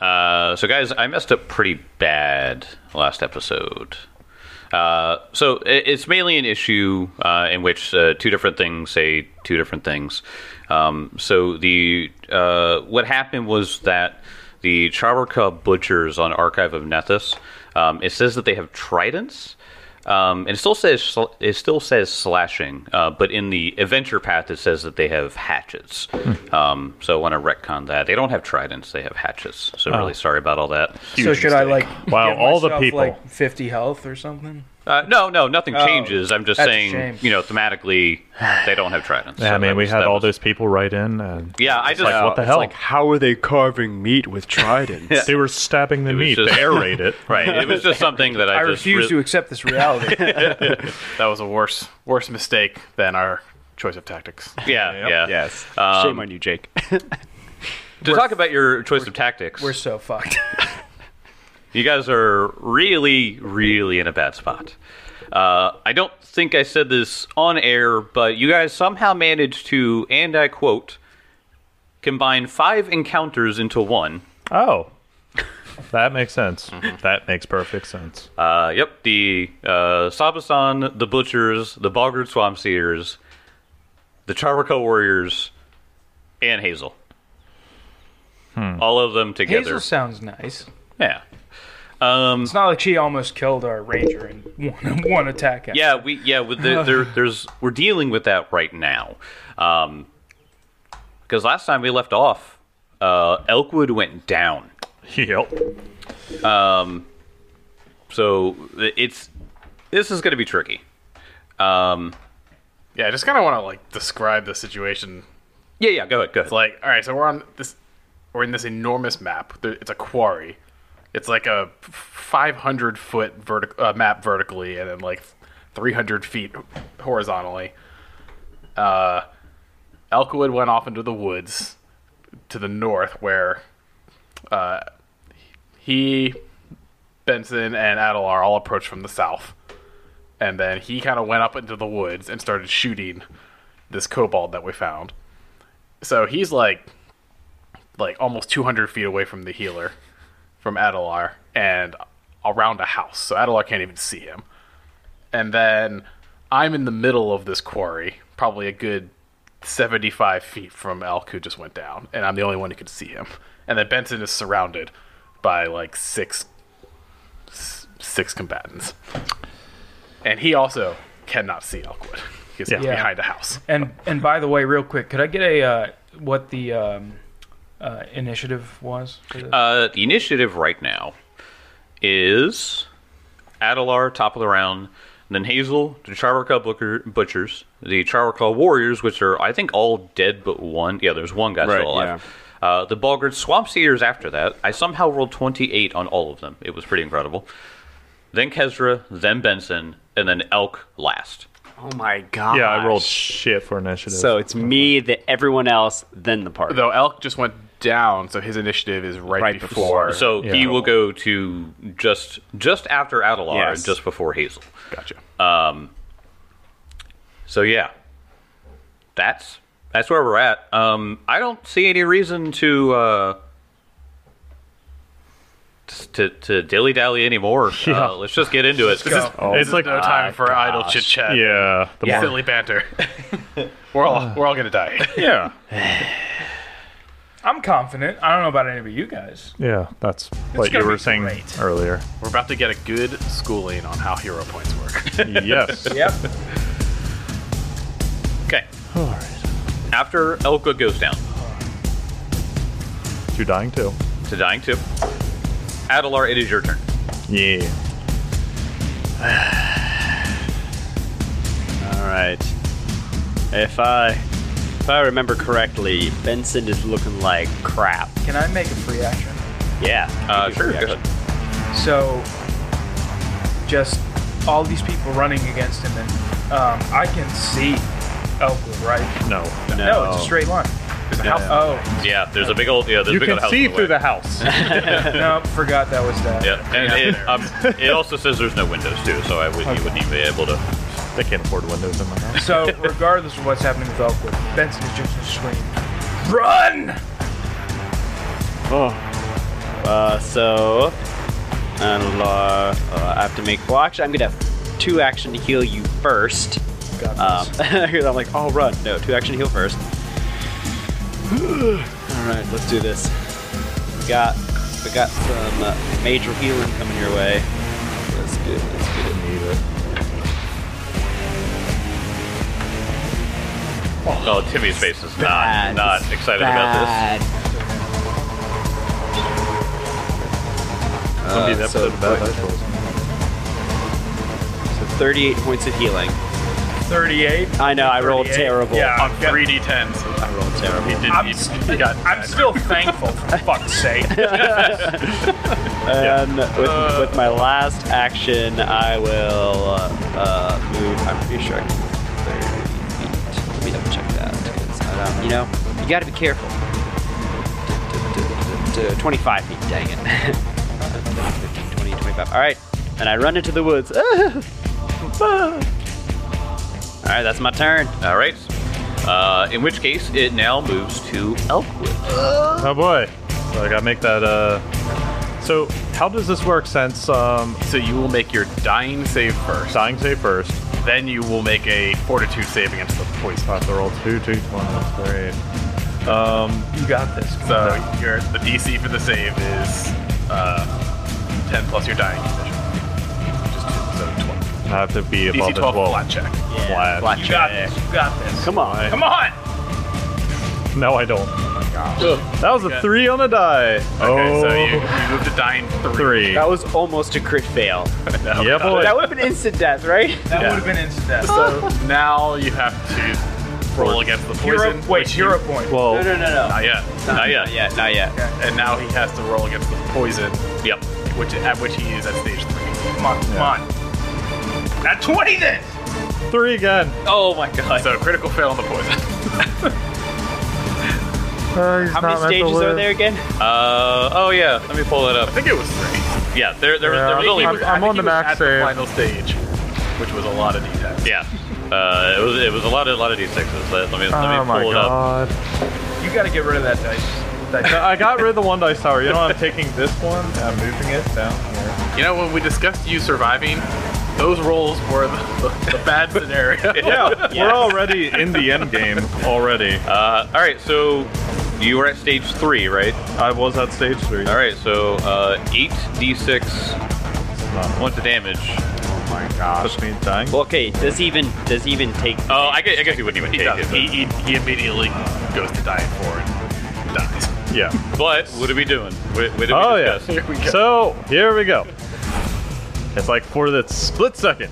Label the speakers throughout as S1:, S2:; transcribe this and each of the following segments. S1: Uh, so, guys, I messed up pretty bad last episode. Uh, so, i- it's mainly an issue uh, in which uh, two different things say two different things. Um, so, the uh, what happened was that the Chavarka butchers on Archive of Nethus, um, it says that they have tridents. Um, and it still says sl- it still says slashing, uh, but in the adventure path it says that they have hatchets. Um, so I want to retcon that. They don't have tridents; they have hatchets. So really sorry about all that.
S2: so should I like
S3: Wow,
S2: give
S3: all the
S2: myself,
S3: people.
S2: like fifty health or something?
S1: Uh, no, no, nothing changes. I'm just
S2: Oh. that's a
S1: saying,
S2: shame.
S1: you know, thematically they don't have tridents.
S3: Yeah,
S1: So
S3: I mean,
S1: that
S3: we
S1: was-
S3: had
S1: that
S3: all
S1: was-
S3: those people write in, and
S1: Yeah, I just
S3: like, what the
S4: It's
S3: hell?
S4: like, how are they carving meat with tridents?
S3: they were stabbing the meat.
S1: just-
S3: They airate it.
S1: right. It was just something that I,
S2: I
S1: just
S2: refuse
S1: re-
S2: to accept this reality.
S5: That was a worse worse mistake than our choice of tactics.
S1: Yeah, yeah.
S4: Yes. Shame on you, Jake.
S1: To talk about your choice of tactics,
S2: We're so fucked.
S1: You guys are really, really in a bad spot. Uh, I don't think I said this on air, but you guys somehow managed to, and I quote, combine five encounters into one.
S3: Oh, that makes sense. That makes perfect sense.
S1: Uh, yep, the uh, Sabasan, the Butchers, the Boggard Swamp Seers, the Charwico Warriors, and Hazel. All of them together.
S2: Hazel sounds nice.
S1: yeah. Um,
S2: It's not like she almost killed our ranger in one, one attack. At
S1: Yeah, we yeah with the, there, there's we're dealing with that right now, because last time we left off, uh, Elkwood went down,
S3: Yep.
S1: so it's this is going to be tricky. Um,
S5: Yeah, I just kind of want to like describe the situation.
S1: yeah, yeah, go ahead, go ahead.
S5: It's like, all right, so we're on this, we're in this enormous map. There- It's a quarry. It's like a 500 foot vertic- uh, map vertically, and then like 300 feet horizontally. Uh, Elkwood went off into the woods to the north, where uh, he, Benson, and Adelar all approached from the south. And then he kind of went up into the woods and started shooting this kobold that we found. So he's like, like almost 200 feet away from the healer, from Adelar, and around a house. So Adelar can't even see him. And then I'm in the middle of this quarry, probably a good 75 feet from Elk, who just went down, and I'm the only one who could see him. And then Benson is surrounded by like six s- six combatants, and he also cannot see Elkwood because he's
S2: Yeah.
S5: behind a house.
S2: And and by the way, real quick, could I get a uh, what the um, uh, initiative was? for this?
S1: Uh, the initiative right now is Adelar, top of the round, and then Hazel, the Charwaka Booker Butchers, the Charwaka Warriors, which are, I think, all dead but one. Yeah, there's one guy
S4: Right,
S1: still alive. Uh, the Balgard Swamp Seers after that. I somehow rolled 28 on all of them. It was pretty incredible. Then Kesra, then Benson, and then Elk last.
S4: Oh my god.
S3: Yeah, I rolled shit for initiative.
S4: So it's me, the everyone else, then the party.
S5: Though Elk just went down, so his initiative is right,
S4: Right
S5: before.
S4: before.
S1: So he
S3: Yeah.
S1: will go to just just after Adelar
S4: Yes.
S1: and just before Hazel.
S5: gotcha.
S1: So yeah, that's that's where we're at. Um, I don't see any reason to uh, t- to to dilly dally anymore.
S3: Yeah.
S1: Uh, let's just get into it.
S5: this is, this
S2: Oh.
S3: it's
S5: is
S3: like- ah,
S5: no time for idle chit chat.
S3: yeah, the more-
S5: Silly banter. we're all we're all gonna die.
S3: yeah,
S2: I'm confident. I don't know about any of you guys.
S3: yeah. That's what you
S2: gonna
S3: were
S2: be
S3: saying
S2: great.
S3: earlier.
S5: we're about to get a good schooling on how hero points work.
S3: Yes.
S2: Yep.
S1: Okay,
S3: All right.
S1: after Elka goes down
S3: You're dying too.
S1: to dying two, Adelar, it is your turn.
S3: Yeah.
S4: All right. If I if I remember correctly, Benson is looking like crap.
S2: Can I make a free action?
S4: Yeah.
S1: Uh, sure.
S4: Yeah.
S1: go ahead.
S2: So, just all these people running against him, and um, I can see Elkwood, right?
S3: No.
S4: No.
S2: No,
S6: Oh.
S2: it's a straight line.
S5: There's a house.
S2: Oh,
S1: Yeah, there's a big old yeah. There's a
S3: You
S1: big
S3: can
S1: old house
S3: see
S1: in the
S3: through
S1: way.
S3: the house.
S2: no, forgot that was that.
S1: Yeah, and it, um, it also says there's no windows too, so I would, you wouldn't even be able to.
S3: I can't afford windows in my house.
S2: So, regardless of what's happening with Elkwood, Benson is just going to scream, Run!
S4: Oh. Uh, so, and, uh, uh, I have to make. Well, actually, I'm gonna have two action to heal you first.
S2: God
S4: Um,
S2: bless.
S4: 'cause I'm like, oh, run. No, two action heal first. All right, let's do this. We got, we got some uh, major healing coming your way. Let's get, let's get it. Need it.
S1: Oh, Timmy's face is not
S4: Bad.
S1: not excited about
S4: Bad.
S3: Somebody that
S4: so
S3: put bad dice rolls.
S4: So 38 points of healing.
S2: 38.
S4: I know, I rolled
S2: 38.
S4: terrible.
S2: Yeah,
S5: On
S2: I've got-
S5: 3d10s.
S4: I rolled terrible.
S5: He did.
S2: I'm,
S5: he-
S2: s-
S5: he got
S2: I'm still thankful, for fuck's sake.
S4: And Um, with, with my last action, I will uh, uh, move. I'm pretty sure I can move 30 feet. Let me double check that. 'cause I don't- you know, you gotta be careful. 25 feet, dang it. 15, 20, 25. Alright, and I run into the woods. Ah. Alright, that's my turn.
S1: this. All right. Uh, in which case, it now moves to Elkwood.
S3: Oh boy. So I gotta make that. Uh. So how does this work? Since um,
S5: So you will make your dying save first.
S3: dying save first.
S5: Then you will make a fortitude save against the poison.
S3: Fuck, the roll two, two, one. That's great.
S2: You got this.
S5: So your the DC for the save is uh, 10 plus your dying condition. Just so 12.
S3: I have to be above
S5: DC
S3: a
S5: 12
S3: twelve.
S5: flat check.
S3: Flat.
S4: flat
S2: You got
S4: check.
S2: this. You got this.
S4: Come on.
S2: Come on.
S3: No, I don't.
S5: Oh
S3: That was
S5: Okay.
S3: a three on a die.
S5: Okay,
S3: oh,
S5: so you, you moved to dying three.
S3: three.
S4: That was almost a crit fail.
S3: yeah, boy.
S4: that would have been instant death, right?
S2: That
S5: Yeah.
S2: would have been instant death.
S5: So now you have to roll against the
S2: Hero-
S5: poison.
S2: wait,
S5: which you-
S2: hero point.
S3: well,
S4: No, no, no, no.
S5: Not yet. Not yet.
S4: Yeah, not yet.
S5: And now he has to roll against the poison,
S1: Yep.
S5: which at which he is at stage three.
S2: Come on, come on. At 20 then.
S3: three again.
S1: Oh my god.
S5: So critical fail on the poison.
S4: How many stages are there again?
S1: Uh, oh yeah. Let me pull it up.
S5: I think it was three.
S1: Yeah. There, there, was there was
S5: He
S1: only.
S5: was-
S1: three.
S5: I
S6: I'm
S5: think
S6: on
S5: he
S6: the
S5: was
S6: max
S5: at the
S6: save.
S5: final stage, which was a lot of d10.
S1: Yeah. Uh, it was it was a lot of a lot of d sixes. Let, let me let
S6: Oh
S1: me
S6: my
S1: pull it up.
S6: god.
S2: You got to get rid of that dice. That
S3: No, I got rid of the one dice tower. You know, I'm taking this one. and I'm moving it down here.
S5: You know when we discussed you surviving, those rolls were the, the, the bad scenario.
S3: Yeah,
S4: Yes.
S3: we're already in the end game already.
S1: Uh, all right. So you were at stage three, right?
S3: I was at stage three.
S1: All right. So uh, eight d6
S3: Not
S1: points of damage.
S4: Oh my gosh.
S3: push me dying.
S4: Well, okay, does he even does he even take?
S1: Oh, I guess, I guess you wouldn't even
S5: He,
S1: take
S5: does. He,
S1: it.
S5: he, he immediately goes to dying four and dies.
S3: Yeah.
S1: But, but what are we doing? What, what did we
S3: Oh yeah.
S1: discuss?
S3: So here we go. It's like for the split second.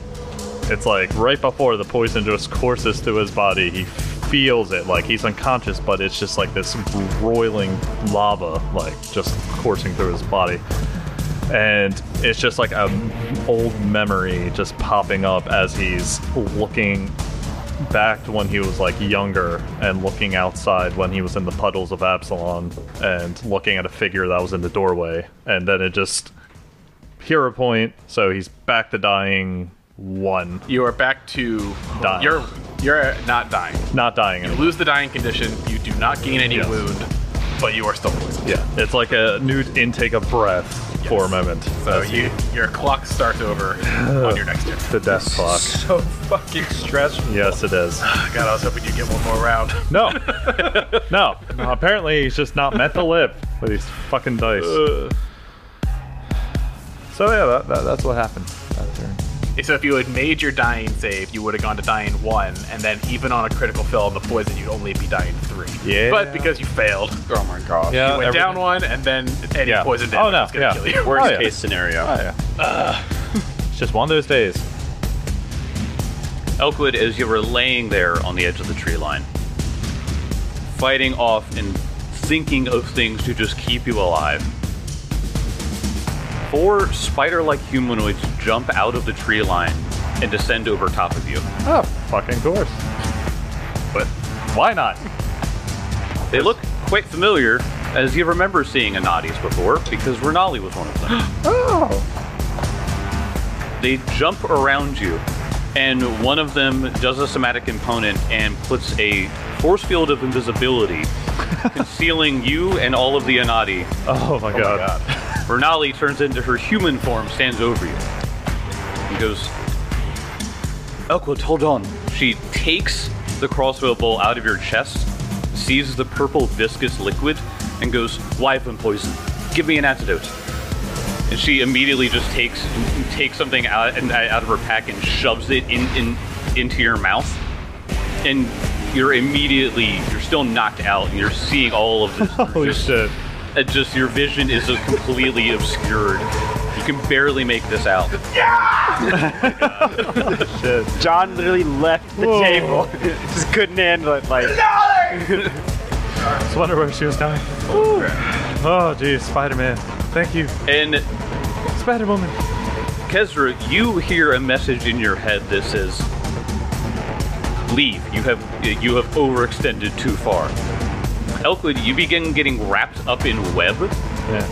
S3: It's like right before the poison just courses through his body. He feels it like he's unconscious, but it's just like this roiling lava, like just coursing through his body. And it's just like a old memory just popping up as he's looking back to when he was like younger and looking outside when he was in the puddles of Absalon and looking at a figure that was in the doorway. And then it just hero point, so he's back to dying one.
S5: You are back to
S3: Dying.
S5: You're you're not dying.
S3: Not dying
S5: You
S3: anymore.
S5: lose the dying condition. You do not gain any
S3: Yes.
S5: wound, but you are still poisoned.
S3: Yeah. It's like a new intake of breath for a moment.
S5: So
S3: as
S5: you your clock starts over on your next turn.
S3: the death clock.
S2: so fucking stressful.
S3: Yes it is.
S5: God, I was hoping you'd get one more round.
S3: No. no. Apparently he's just not meant to live with these fucking dice. So yeah, that, that, that's what happened. That turn.
S5: So if you had made your dying save, you would have gone to dying one, and then even on a critical fail on the poison, you'd only be dying three.
S3: Yeah.
S5: But because you failed, oh my god,
S3: Yeah,
S5: you went
S3: everything-
S5: down one, and then any
S3: Yeah.
S5: poison
S3: Oh,
S5: damage
S3: no,
S5: is gonna
S3: yeah.
S5: kill you.
S4: Worst
S3: Oh, yeah.
S4: case scenario.
S3: Oh, yeah. it's just one of those days.
S1: Elkwood, as you were laying there on the edge of the tree line, fighting off and thinking of things to just keep you alive, four spider like humanoids jump out of the tree line and descend over top of you.
S3: Oh, fucking course. But why not?
S1: They look quite familiar, as you remember seeing Anadi's before, because Renali was one of them.
S3: Oh,
S1: They jump around you, and one of them does a somatic component and puts a force field of invisibility concealing you and all of the Anadi
S3: oh my god.
S5: God.
S1: Renali turns into her human form, stands over you, and goes, Elkwood, hold on. She takes the crossbow bowl out of your chest, sees the purple viscous liquid, and goes, Wyvern poison. Give me an antidote. And she immediately just takes takes something out and out of her pack and shoves it in, in into your mouth and you're immediately you're still knocked out and you're seeing all of this
S3: Holy
S1: just,
S3: shit.
S1: it just your vision is just completely obscured you can barely make this out
S3: Shit.
S4: John literally left the
S3: Whoa.
S4: table. Just couldn't handle it. Like,
S3: Just wonder where she was going. Oh, geez, Spider Man. Thank you,
S1: and
S3: Spider Woman.
S1: Kesra, you hear a message in your head that says, "Leave. You have you have overextended too far." Elkwood, you begin getting wrapped up in web.
S3: Yeah.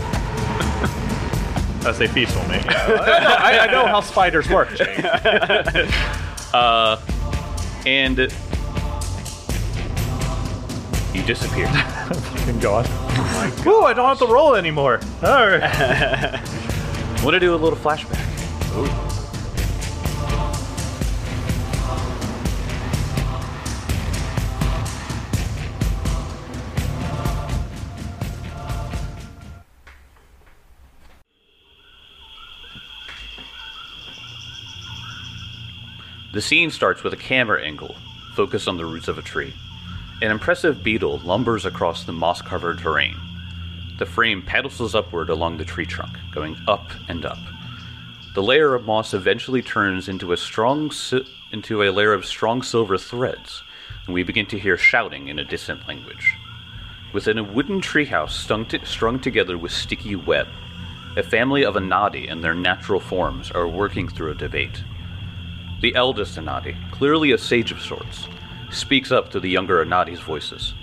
S3: I say feast on me. I, I know how spiders work. Jake.
S1: and you disappear.
S3: Fucking God. Woo! I don't have to roll anymore. All right.
S1: Want to do a little flashback? The scene starts with a camera angle focused on the roots of a tree. An impressive beetle lumbers across the moss covered terrain. The frame pedestals upward along the tree trunk, going up and up. The layer of moss eventually turns into a strong si- into a layer of strong silver threads, and we begin to hear shouting in a distant language. Within a wooden treehouse stung t- strung together with sticky web, a family of Anadi in their natural forms are working through a debate. The eldest Anadi, clearly a sage of sorts, speaks up to the younger Anadi's voices.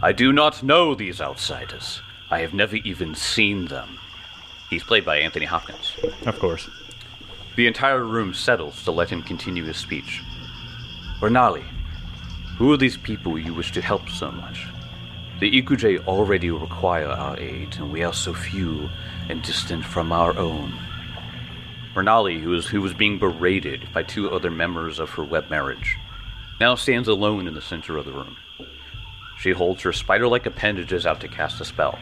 S1: I do not know these outsiders. I have never even seen them. He's played by Anthony Hopkins.
S3: Of course.
S1: The entire room settles to let him continue his speech. Renali, who are these people you wish to help so much? The Ikuje already require our aid, and we are so few and distant from our own. Renali, who, is, who was being berated by two other members of her web marriage, now stands alone in the center of the room. She holds her spider like appendages out to cast a spell.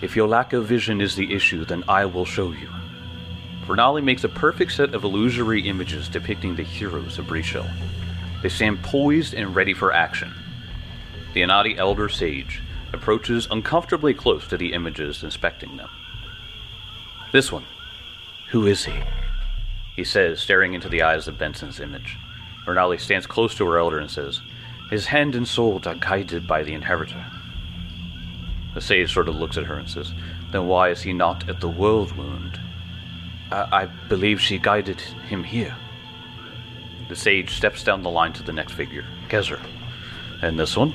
S1: If your lack of vision is the issue, then I will show you. Renali makes a perfect set of illusory images depicting the heroes of Brishil. They stand poised and ready for action. The Anadi Elder Sage approaches uncomfortably close to the images, inspecting them. This one. Who is he? He says, staring into the eyes of Benson's image. Renali stands close to her elder and says, His hand and soul are guided by the inheritor. The sage sort of looks at her and says, Then why is he not at the world wound? I, I believe she guided him here. The sage steps down the line to the next figure, Kezer. And this one?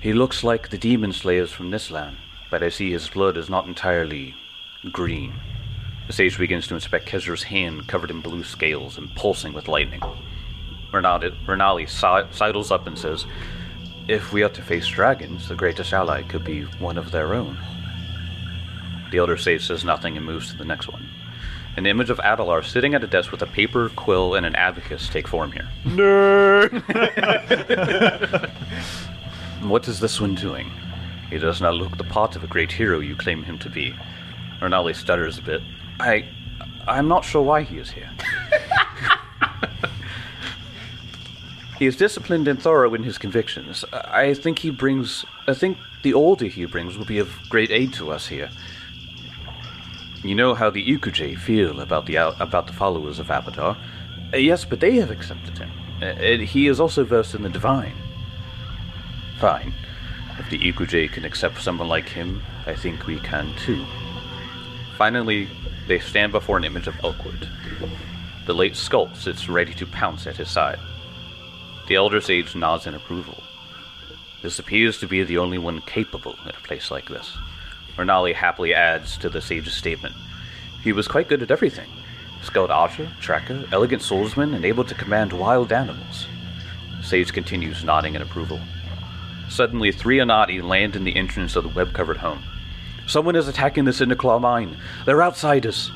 S1: He looks like the demon slayers from this land, but I see his blood is not entirely green. The sage begins to inspect Kezer's hand covered in blue scales and pulsing with lightning. Renali, Renali si- sidles up and says, If we are to face dragons, the greatest ally could be one of their own. The elder sage says nothing and moves to the next one. An image of Adalar sitting at a desk with a paper, quill, and an abacus take form here. What is this one doing? He does not look the part of a great hero you claim him to be. Renali stutters a bit. I. I'm not sure why he is here. he is disciplined and thorough in his convictions. I I think he brings. I think the order he brings will be of great aid to us here. You know how the Ikuje feel about the out- about the followers of Avatar. Uh, yes, but they have accepted him. Uh, and he is also versed in the divine. Fine. If the Ikuje can accept someone like him, I think we can too. Finally, they stand before an image of Elkwood. The late sculpt sits ready to pounce at his side. The elder sage nods in approval. This appears to be the only one capable at a place like this. Renali happily adds to the sage's statement. He was quite good at everything. Skilled archer, tracker, elegant swordsman, and able to command wild animals. Sage continues, nodding in approval. Suddenly, three Anati land in the entrance of the web covered home. Someone is attacking the Sinaclaw mine. They're outsiders.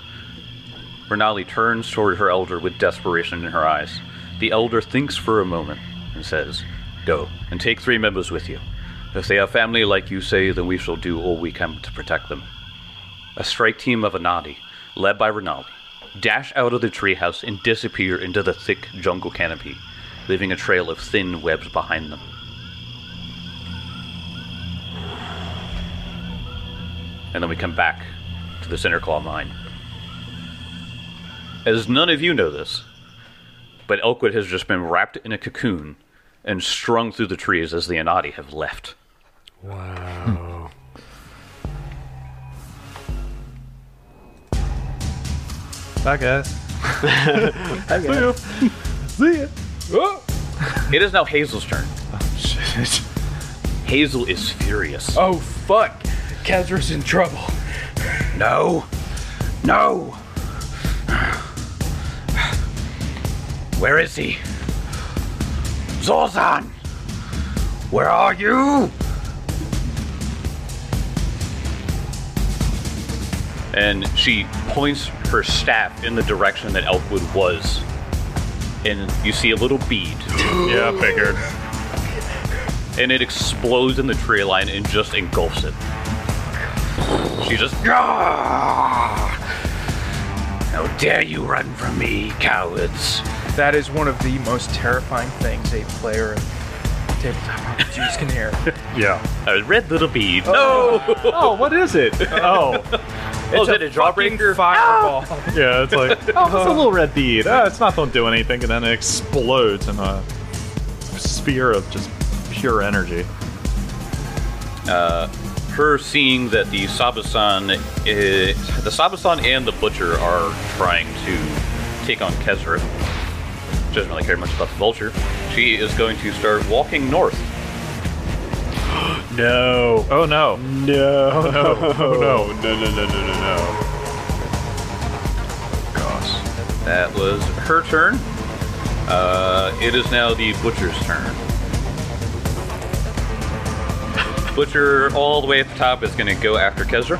S1: Renali turns toward her elder with desperation in her eyes. The elder thinks for a moment and says, Go and take three members with you. If they are family like you say, then we shall do all we can to protect them. A strike team of Anadi, led by Renali, dash out of the treehouse and disappear into the thick jungle canopy, leaving a trail of thin webs behind them. and then we come back to the Centerclaw mine. As none of you know this, but Elkwood has just been wrapped in a cocoon and strung through the trees as the Anati have left.
S6: Wow.
S3: Bye, guys. See ya.
S1: It is now Hazel's turn.
S3: Shit.
S1: Hazel is furious.
S2: Oh fuck! Kezra's in trouble.
S1: No! No! Where is he? Zorzan! Where are you? And she points her staff in the direction that Elkwood was. And you see a little bead,
S3: Yeah, I figured.
S1: and it explodes in the tree line and just engulfs it. She just. How dare you run from me, cowards!
S2: That is one of the most terrifying things a player of tabletop RPGs can hear.
S3: Yeah.
S1: A red little bead. No!
S3: Oh, what is it? Oh,
S1: Oh, is it a drawbreaker?
S2: Fireball.
S3: yeah. It's like oh, it's a little red bead. Ah, it's not gonna do anything, and then it explodes in a sphere of just pure energy.
S1: Her seeing that the Sabasan, is, the Sabasan and the Butcher are trying to take on Kesra. She doesn't really care much about the Vulture. She is going to start walking north.
S3: No. Oh no. No. Oh, no. Oh no. No. No. No. No. No.
S1: Gosh. That was her turn. Uh, it is now the Butcher's turn. Butcher, all the way at the top, is going to go after Kesra.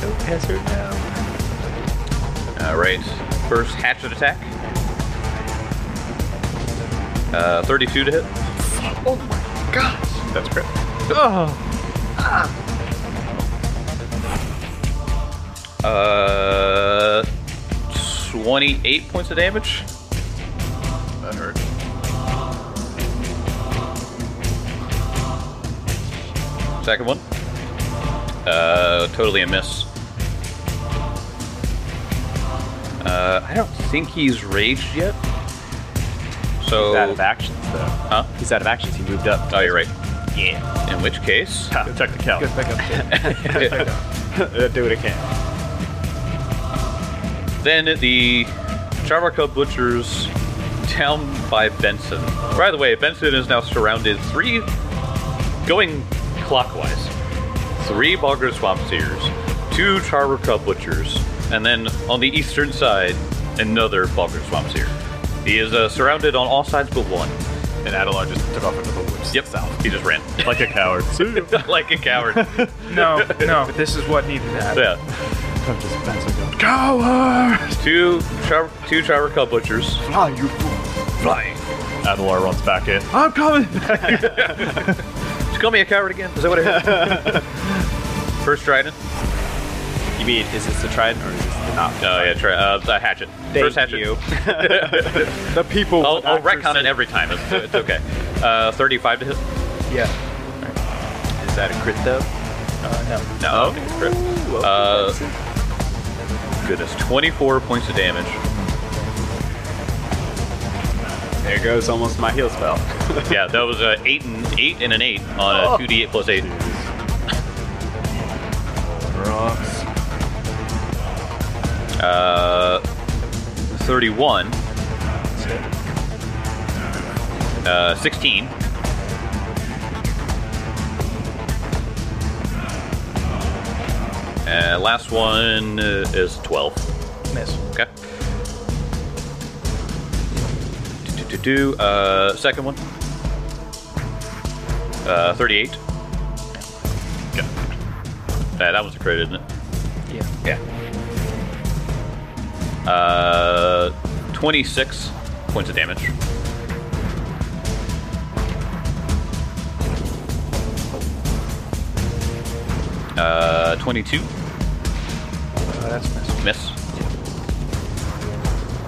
S2: No Kezra now.
S1: All right. First hatchet attack. Uh, 32 to hit.
S5: That's great.
S1: Uh, 28 points of damage.
S5: That hurt.
S1: Second one. Uh, totally a miss. Uh, I don't think he's raged yet. So.
S4: He's out of actions, though.
S1: Huh?
S4: He's out of actions. He moved up.
S1: Oh, you're right. Yeah. In which case,
S3: Ha, Check the count.
S2: Good pickup. Jake.
S4: Do it again.
S1: then the Charvaka Butchers down by Benson. By the way, Benson is now surrounded three, going clockwise, three Bogger Swamp Seers, two Charvaka Butchers, and then on the eastern side, another Bogger Swamp Seer. He is uh, surrounded on all sides but one.
S5: And Adelar just took off into the woods.
S1: Yep, south. He just ran
S3: Like a coward. See ya.
S1: like a coward.
S2: No, no, this is what needed to happen.
S1: Yeah. Two char- two Charvaka Butchers. Fly, you fool. Flying.
S3: Adelar runs back in.
S2: I'm coming.
S1: Just call me a coward again. Is that what I heard? First trident.
S4: You mean is this a trident or is this the not?
S1: Oh yeah, tri- uh, the hatchet. First hatchet.
S4: you. the people.
S1: I'll, I'll retcon it every time. It's, it's okay. Uh, Thirty-five to hit.
S2: Yeah.
S4: Is that a crit though?
S1: Uh, No. okay, it's crit. Uh, goodness, twenty-four points of damage.
S4: There goes almost my heal spell. Oh.
S1: yeah, that was a eight and eight and an eight on a two d eight plus eight. Uh, thirty-one. Uh, sixteen. Uh, last one uh, is twelve.
S2: Miss.
S1: Okay. Do, do, do, do. Uh, second one. Uh, 38. Uh, that was a crit, isn't it?
S2: Yeah.
S1: Yeah. Uh, 26 points of damage. Uh, 22.
S2: Uh, that's messed up.
S1: Miss.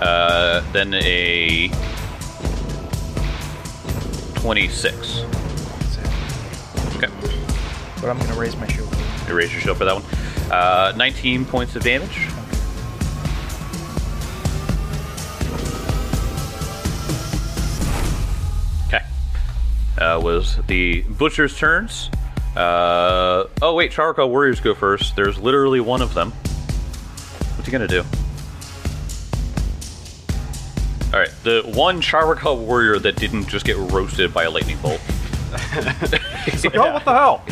S1: Uh, then a 26. Okay.
S2: But I'm gonna raise my shield.
S1: Erase your shield for that one. Uh, 19 points of damage. Okay. Uh, was the butcher's turns. Uh, oh, wait, Charcoal Warriors go first. There's literally one of them. What's he gonna do? All right, the one Charcoal Warrior that didn't just get roasted by a lightning bolt.
S3: Oh, what the hell?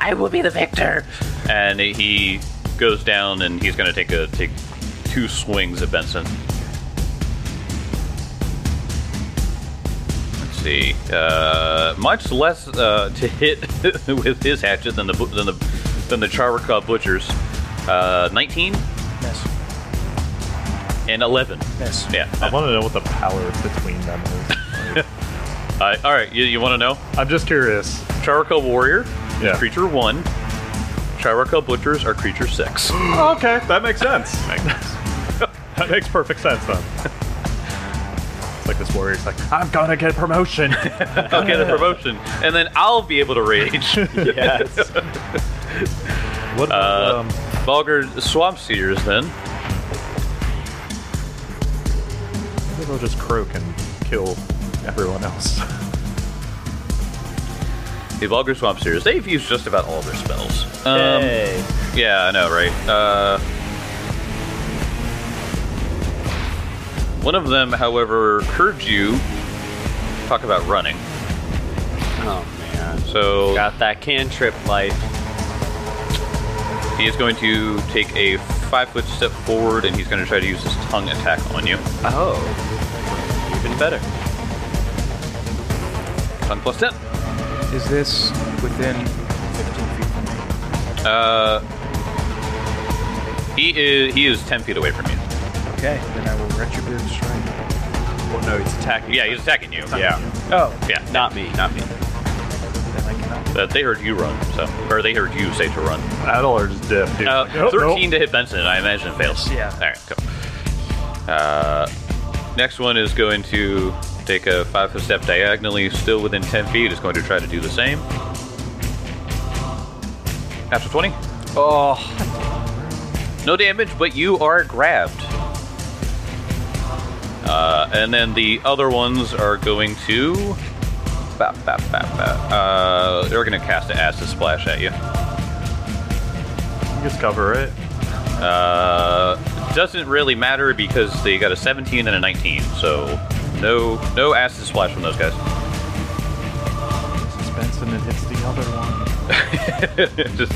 S1: I will be the victor. And he goes down, and he's going to take a take two swings at Benson. Let's see, uh, much less uh, to hit with his hatchet than the bu- than the than the Charwaka butchers. Uh, 19
S2: Miss.
S1: and 11.
S2: Miss.
S1: Yeah.
S3: I want to know what the power between them is.
S1: Uh, all right, you, you want to know?
S3: I'm just curious.
S1: Charwaka warrior,
S3: Yeah.
S1: creature one. Charwaka butchers are creature six.
S3: Oh, okay, that makes sense. that makes perfect sense then. It's like this warrior's like, I'm gonna get promotion.
S1: I'll get a promotion, and then I'll be able to rage.
S4: Yes.
S3: what?
S1: Uh,
S3: um,
S1: Vulgar swamp cedars, then.
S3: maybe I'll just croak and kill everyone else.
S1: The vulgar swamp cedars. They've used just about all their spells. Um, Yeah, I know, right? Uh, one of them, however, heard you talk about running.
S4: Oh man.
S1: So
S4: Got that cantrip light.
S1: he is going to take a five foot step forward, and he's going to try to use his tongue attack on you.
S4: Oh. Even better.
S1: Tongue plus ten.
S2: Is this within 15 feet from me?
S1: Uh, he is he is ten feet away from you.
S2: Okay, then I will retribute strike.
S4: Well, no, it's attacking.
S1: Yeah, he's attacking you. Yeah,
S2: Oh,
S1: yeah.
S4: Not me. Not me.
S2: then I cannot.
S1: Uh, they heard you run, so or they heard you say to run.
S3: Adel or just diff, dude.
S1: Uh,
S3: Like, nope, nope.
S1: Thirteen to hit Benson. I imagine it fails.
S2: Yeah.
S1: All right. Cool. Uh, next one is going to take a five-foot step diagonally, still within ten feet. Is going to try to do the same. After twenty.
S4: Oh.
S1: No damage, but you are grabbed. Uh, and then the other ones are going to. Bap, bap, bap, bap. Uh, they're going to cast an acid splash at you.
S3: You just cover it.
S1: Uh, doesn't really matter because they got a 17 and a 19, so no no acid splash from those guys.
S3: Suspense and it hits the other one.
S1: Just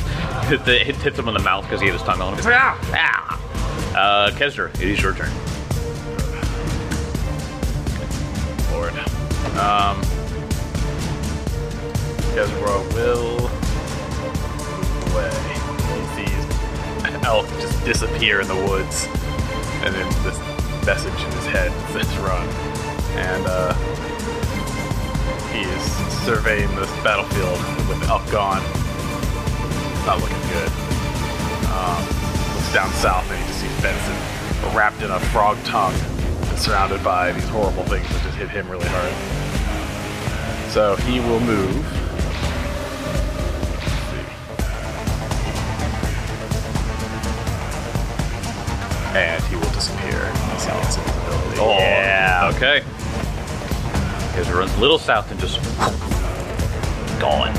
S1: hit, the, hit, hits him in the mouth because he had his tongue on him. Ah! Uh, Kesner, it is your turn.
S5: Lord. Um, Kesra will move away. He sees an elf just disappear in the woods, and then this message in his head says run. And uh, he is surveying this battlefield with the elf gone. It's not looking good. Um, looks down south and he just sees Benson wrapped in a frog tongue and surrounded by these horrible things that just hit him really hard. So he will move. And he will disappear. He's out of his ability. Oh,
S1: Yeah. Okay. Kesner runs a little south and just gone.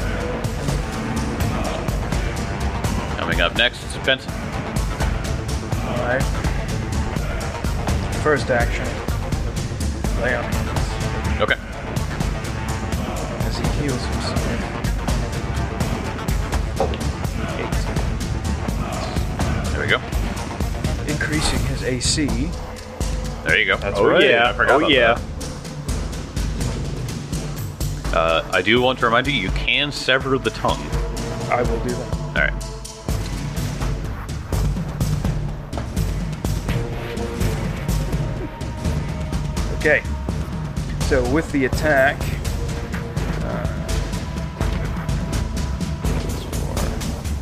S1: Coming up next, it's Benson.
S2: Alright. First action. Lay on hands
S1: Okay.
S2: as he heals himself. Eight.
S1: There we go.
S2: Increasing his AC.
S1: There you go. Oh,
S3: That's right.
S1: I
S6: Oh,
S1: forgot about that. Uh, I do want to remind you, you can sever the tongue.
S2: I will do that.
S1: All right.
S2: So with the attack,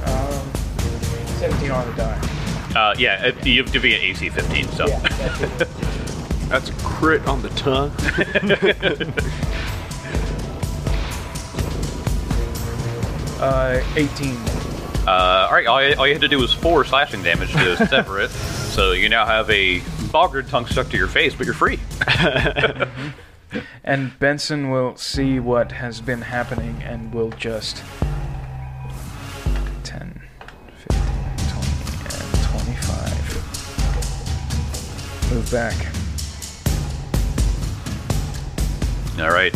S2: uh, um, 17 on the die.
S1: Uh, yeah, it, you have to be an AC 15, so.
S2: Yeah, that's it.
S6: That's a crit on the tongue.
S2: Uh, 18.
S1: Uh, all right, all you, all you had to do was four slashing damage to sever it, so you now have a boggard tongue stuck to your face, but you're free.
S2: And Benson will see what has been happening and will just 10, 15, 20, and 25. Move back.
S1: All right,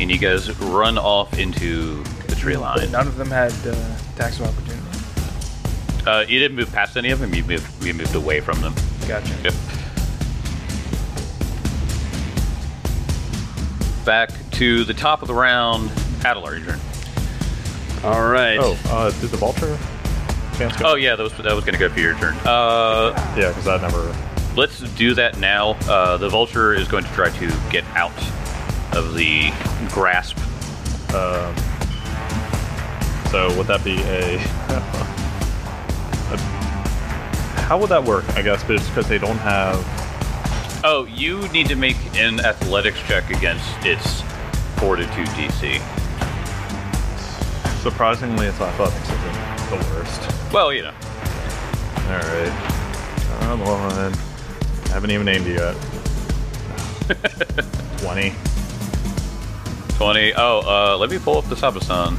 S1: and you guys run off into the tree
S2: But
S1: line.
S2: none of them had uh, attacks of opportunity.
S1: Uh, you didn't move past any of them. You moved, you moved away from them.
S2: Gotcha.
S1: Yep. Back to the top of the round. Adelar, your turn.
S4: All right.
S3: Oh, uh, did the vulture? Chance go?
S1: Oh yeah, that was that was gonna go for your turn. Uh,
S3: yeah, because I never.
S1: let's do that now. Uh, the vulture is going to try to get out of the grasp.
S3: Um, so would that be a, a- How would that work? I guess, but it's because they don't have.
S1: Oh, you need to make an athletics check against its fortitude DC.
S3: Surprisingly, it's athletics isn't the worst.
S1: Well, you know.
S3: All right, come on. I haven't even named you yet. Twenty.
S1: 20. Oh, uh, let me pull up the Sabasan.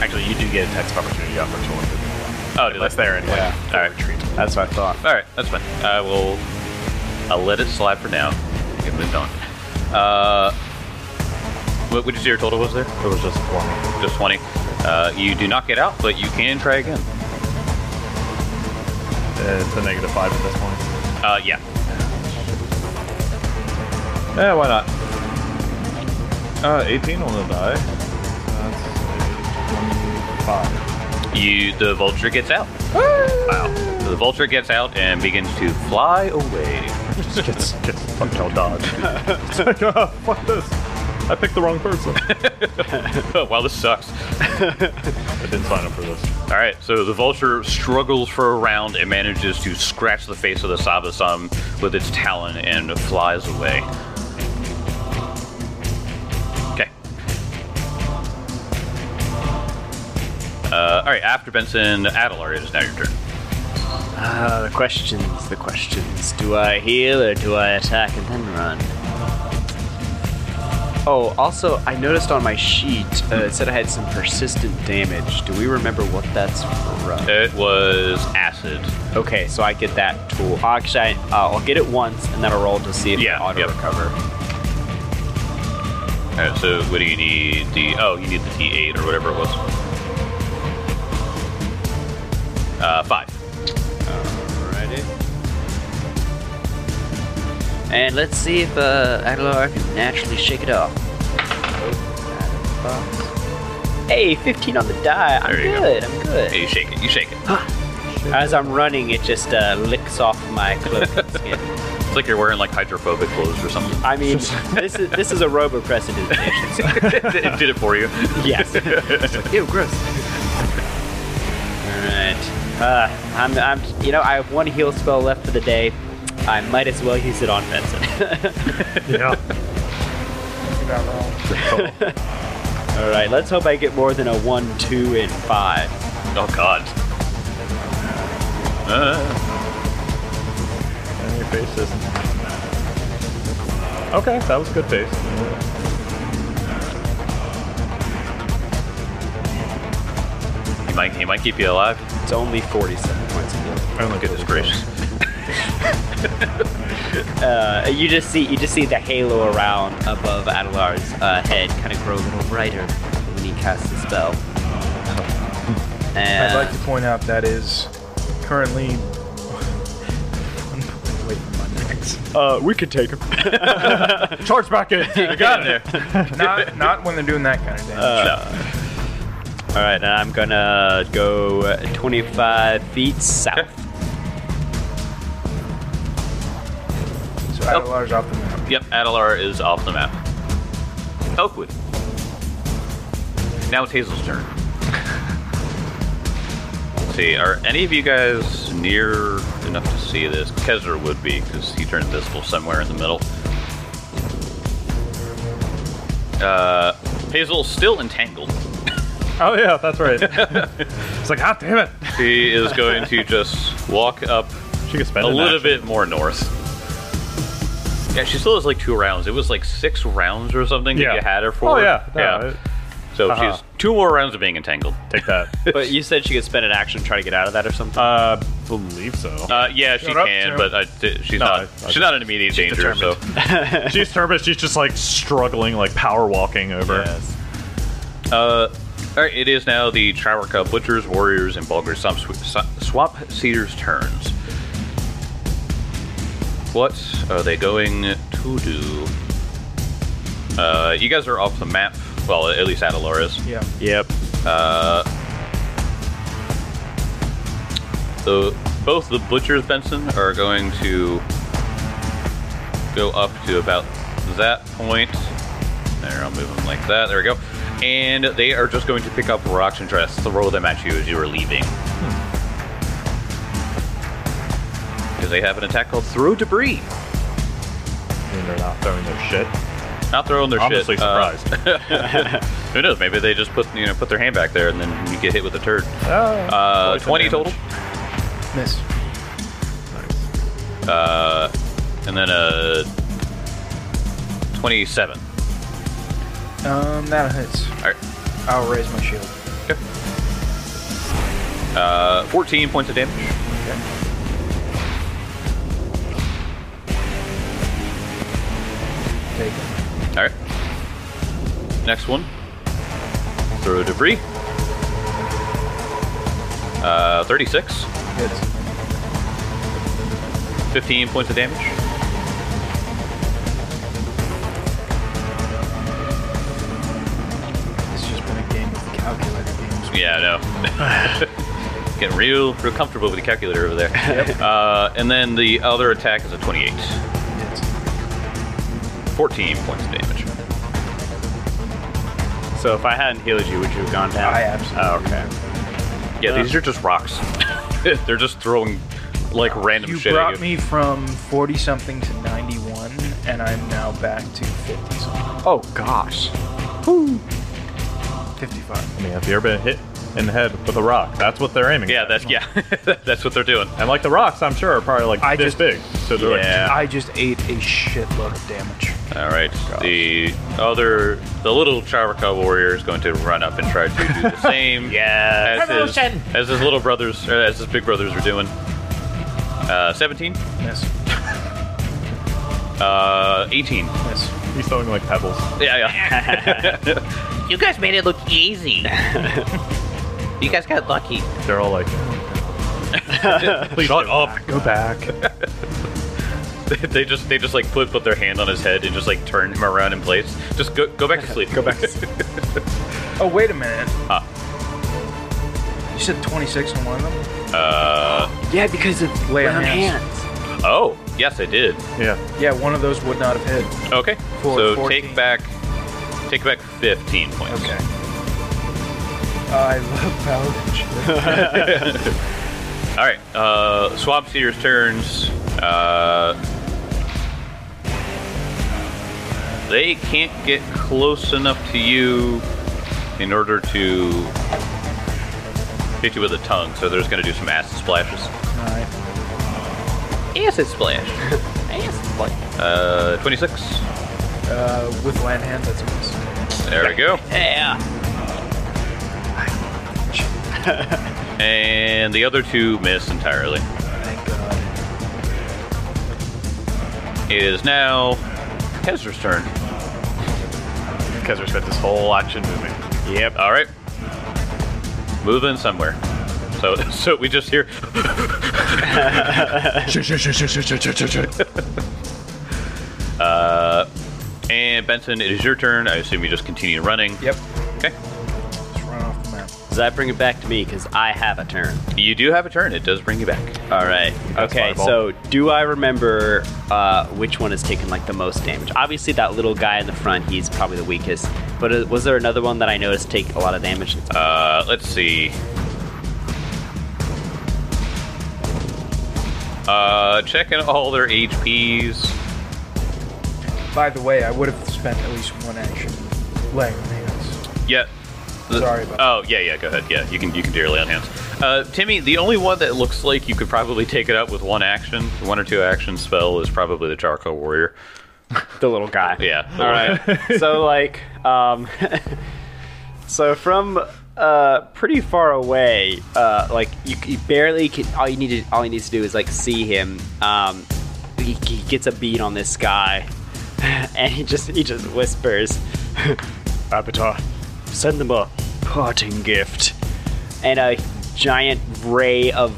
S5: Actually, you do get a text opportunity off virtual. one.
S1: Oh, did I-
S5: That's there anyway.
S1: All right.
S5: That's what I thought.
S1: All right, that's fine. I will. I'll let it slide for now. Get moved on. Uh, what would you say your total was there?
S3: It was just twenty.
S1: Just 20. Uh, you do not get out, but you can try again.
S3: It's a uh, negative five at this point.
S1: Uh, yeah.
S3: Yeah, why not? Uh, eighteen on the die. That's a twenty-five.
S1: You the vulture gets out. Wow. The vulture gets out and begins to fly away.
S3: gets gets fucked out dodge. it's like, oh, fuck this. I picked the wrong person. I
S1: wow, this sucks.
S3: didn't sign up for this.
S1: All right, so the vulture struggles for a round and manages to scratch the face of the Sabasam with its talon and flies away. Okay. Uh, all right, after Benson, Adelar, it is now your turn.
S4: Ah, the questions, the questions. Do I heal or do I attack and then run? Oh, also, I noticed on my sheet uh, it said I had some persistent damage. Do we remember what that's from?
S1: It was acid.
S4: Okay, so I get that tool. Oh, Actually, I, uh, I'll get it once and then I'll roll to see if
S1: Yeah,
S4: I auto
S1: yep.
S4: recover.
S1: All right, so what do you need? The oh, you need the T8 or whatever it was. Uh, five.
S4: Alrighty. And let's see if uh, Adelar can naturally shake it off. Hey, 15 on the die. I'm
S1: There you go.
S4: good. I'm good.
S1: Hey, you shake it. You shake it.
S4: As I'm running, it just uh, licks off my cloak and skin.
S1: It's like you're wearing like hydrophobic clothes or something.
S4: I mean, this is this is a robo precedent.
S1: it did it for you.
S4: Yes. It's like, Ew, gross. All right. Uh, I'm, I'm, you know, I have one heal spell left for the day. I might as well use it on Benson.
S3: Yeah.
S2: You're not wrong.
S4: All right. Let's hope I get more than a one, two, and five.
S1: Oh God. Uh,
S3: and your face isn't. Okay, that was a good face.
S1: he might he might keep you alive.
S4: It's only forty-seven points of heal.
S1: Oh my goodness gracious.
S4: Uh, you just see you just see the halo around above Adelar's uh, head kind of grow a little brighter when he casts the spell. And
S2: I'd like to point out that is currently. Wait for my next.
S3: Uh, we could take him. Charge back in. I got it.
S2: Not, not when they're doing that kind of damage.
S4: all right, and I'm gonna go uh, 25 feet south.
S2: Adelar's off the map.
S1: Yep, Adalar is off the map. Oakwood. Now it's Hazel's turn. Let's see, are any of you guys near enough to see this? Kezra would be, because he turned visible somewhere in the middle. Uh, Hazel's still entangled.
S3: Oh yeah, that's right. it's like, ah, damn it.
S1: She is going to just walk up
S3: She could spend
S1: a
S3: an
S1: little
S3: action.
S1: bit more north. Yeah, she still has like two rounds. It was like six rounds or something that you had her for.
S3: Oh yeah, no, it-
S1: So
S3: Uh-huh.
S1: she has two more rounds of being entangled.
S3: take that.
S4: But you said she could spend an action to try to get out of that or something.
S3: uh, believe so.
S1: Uh, yeah, she
S2: Shut up,
S1: can,
S2: Jim.
S1: but I, th- she's
S3: No,
S1: not.
S3: I- I-
S1: she's not in immediate danger.
S3: she's turbid. She's just like struggling, like power walking over.
S4: Yes.
S1: So, uh, all right, it is now the Triwer Cup Butchers, Warriors, and Bulgars Swamp, Swe- Swamp Cedars turns. What are they going to do? Uh, you guys are off the map. Well, at least Adelora is.
S2: Yeah.
S4: Yep.
S1: the both the butchers Benson are going to go up to about that point. There, I'll move them like that. There we go. And they are just going to pick up rocks and try to throw them at you as you are leaving. Because
S3: Hmm.
S1: they have an attack called Throw Debris.
S3: And they're not throwing their shit.
S1: Not throwing their
S3: Honestly,
S1: shit. Uh,
S3: surprised.
S1: who knows? Maybe they just put you know put their hand back there and then you get hit with a turd. Uh,
S3: poison
S1: Twenty
S3: damage.
S1: total,
S2: Miss.
S1: and then a twenty-seven.
S2: Um, that hits.
S1: All right.
S2: I'll raise my shield.
S1: Uh, 14 points of damage.
S2: Take it.
S1: All right. Next one. Throw debris. Uh, 36.
S2: Hits.
S1: 15 points of damage.
S2: It's just been a game of calculator games.
S1: Yeah, no. Getting real, real comfortable with the calculator over there. Uh, and then the other attack is a 28.
S2: Hits.
S1: 14 points of damage.
S4: So if I hadn't healed you, would you have gone down?
S2: I absolutely
S5: Uh,
S4: Oh, okay.
S1: Yeah,
S2: Uh.
S1: these are just rocks. They're just throwing like random
S2: You
S1: shit
S2: brought
S1: at you.
S2: me from 40 something to 91, and I'm now back to 50 something.
S6: Oh gosh.
S2: 55.
S3: I mean, if you ever been hit in the head with a rock, that's what they're aiming.
S1: Yeah,
S3: at.
S1: that's yeah, that's what they're doing.
S3: And like the rocks, I'm sure are probably like
S2: I
S3: this
S2: just-
S3: big. So they're
S1: Yeah.
S2: I just ate a shitload of damage.
S1: All right. The other, the little Charvaka warrior is going to run up and try to do the same. yeah. As his,
S4: Promotion.
S1: as his little brothers, or as his big brothers are doing. Uh, 17,
S2: Miss.
S1: uh, 18.
S2: Miss.
S3: like he's throwing like pebbles.
S1: Yeah, yeah.
S7: You guys made it look easy. you guys got lucky.
S3: They're all like, please shut up, go back.
S1: they just, they just like put put their hand on his head and just like turn him around in place. Just go go back to sleep. go back. To sleep.
S2: Oh, wait a minute.
S1: Ah.
S2: You said 26 on one of them?
S1: uh,
S4: Yeah, because of
S2: Lay on
S4: brown
S2: hands.
S1: oh, yes, I did.
S3: yeah,
S2: Yeah, one of those would not have hit.
S1: Okay.
S2: For
S1: so
S2: 14.
S1: take back, take back 15 points.
S2: Okay. I love paladin shit.
S1: All right, uh, Swamp Cedar's turns. Uh, they can't get close enough to you in order to hit you with a tongue, so they're just going to do some acid splashes.
S2: Alright.
S7: Acid splash. Acid splash.
S1: Uh, 26.
S2: Uh, with land hand, that's a miss.
S1: There we go.
S7: Yeah.
S1: And the other two miss entirely.
S2: Thank God.
S1: It is now Kezra's turn.
S5: Because we spent this whole action moving.
S1: Yep. All right. Move in somewhere. So, so we just hear. Uh, and Benson, it is your turn. I assume you just continue running.
S2: Yep.
S1: Okay.
S2: Just run off the map.
S4: Does that bring it back to me? Because I have a turn.
S1: You do have a turn. It does bring you back.
S4: All right. Okay,
S3: fireball.
S4: so do I remember uh, which one has taken like the most damage? Obviously, that little guy in the front, he's probably the weakest. But uh, was there another one that I noticed take a lot of damage?
S1: Uh, let's see. Uh, checking all their HPs.
S2: By the way, I would have spent at least one action laying on hands.
S1: Yeah. The-
S2: Sorry about
S1: Oh yeah, yeah. Go ahead. Yeah, you can you can do your lay on hands. Uh, Timmy, the only one that looks like you could probably take it up with one action, one or two action spell is probably the charcoal warrior.
S4: the little guy.
S1: Yeah.
S4: All right. so like, um, so from uh, pretty far away, uh, like you, you barely can. All you need to all he needs to do is like see him. Um, he, he gets a bead on this guy, and he just he just whispers, "Avatar, send them a parting gift," and a giant ray of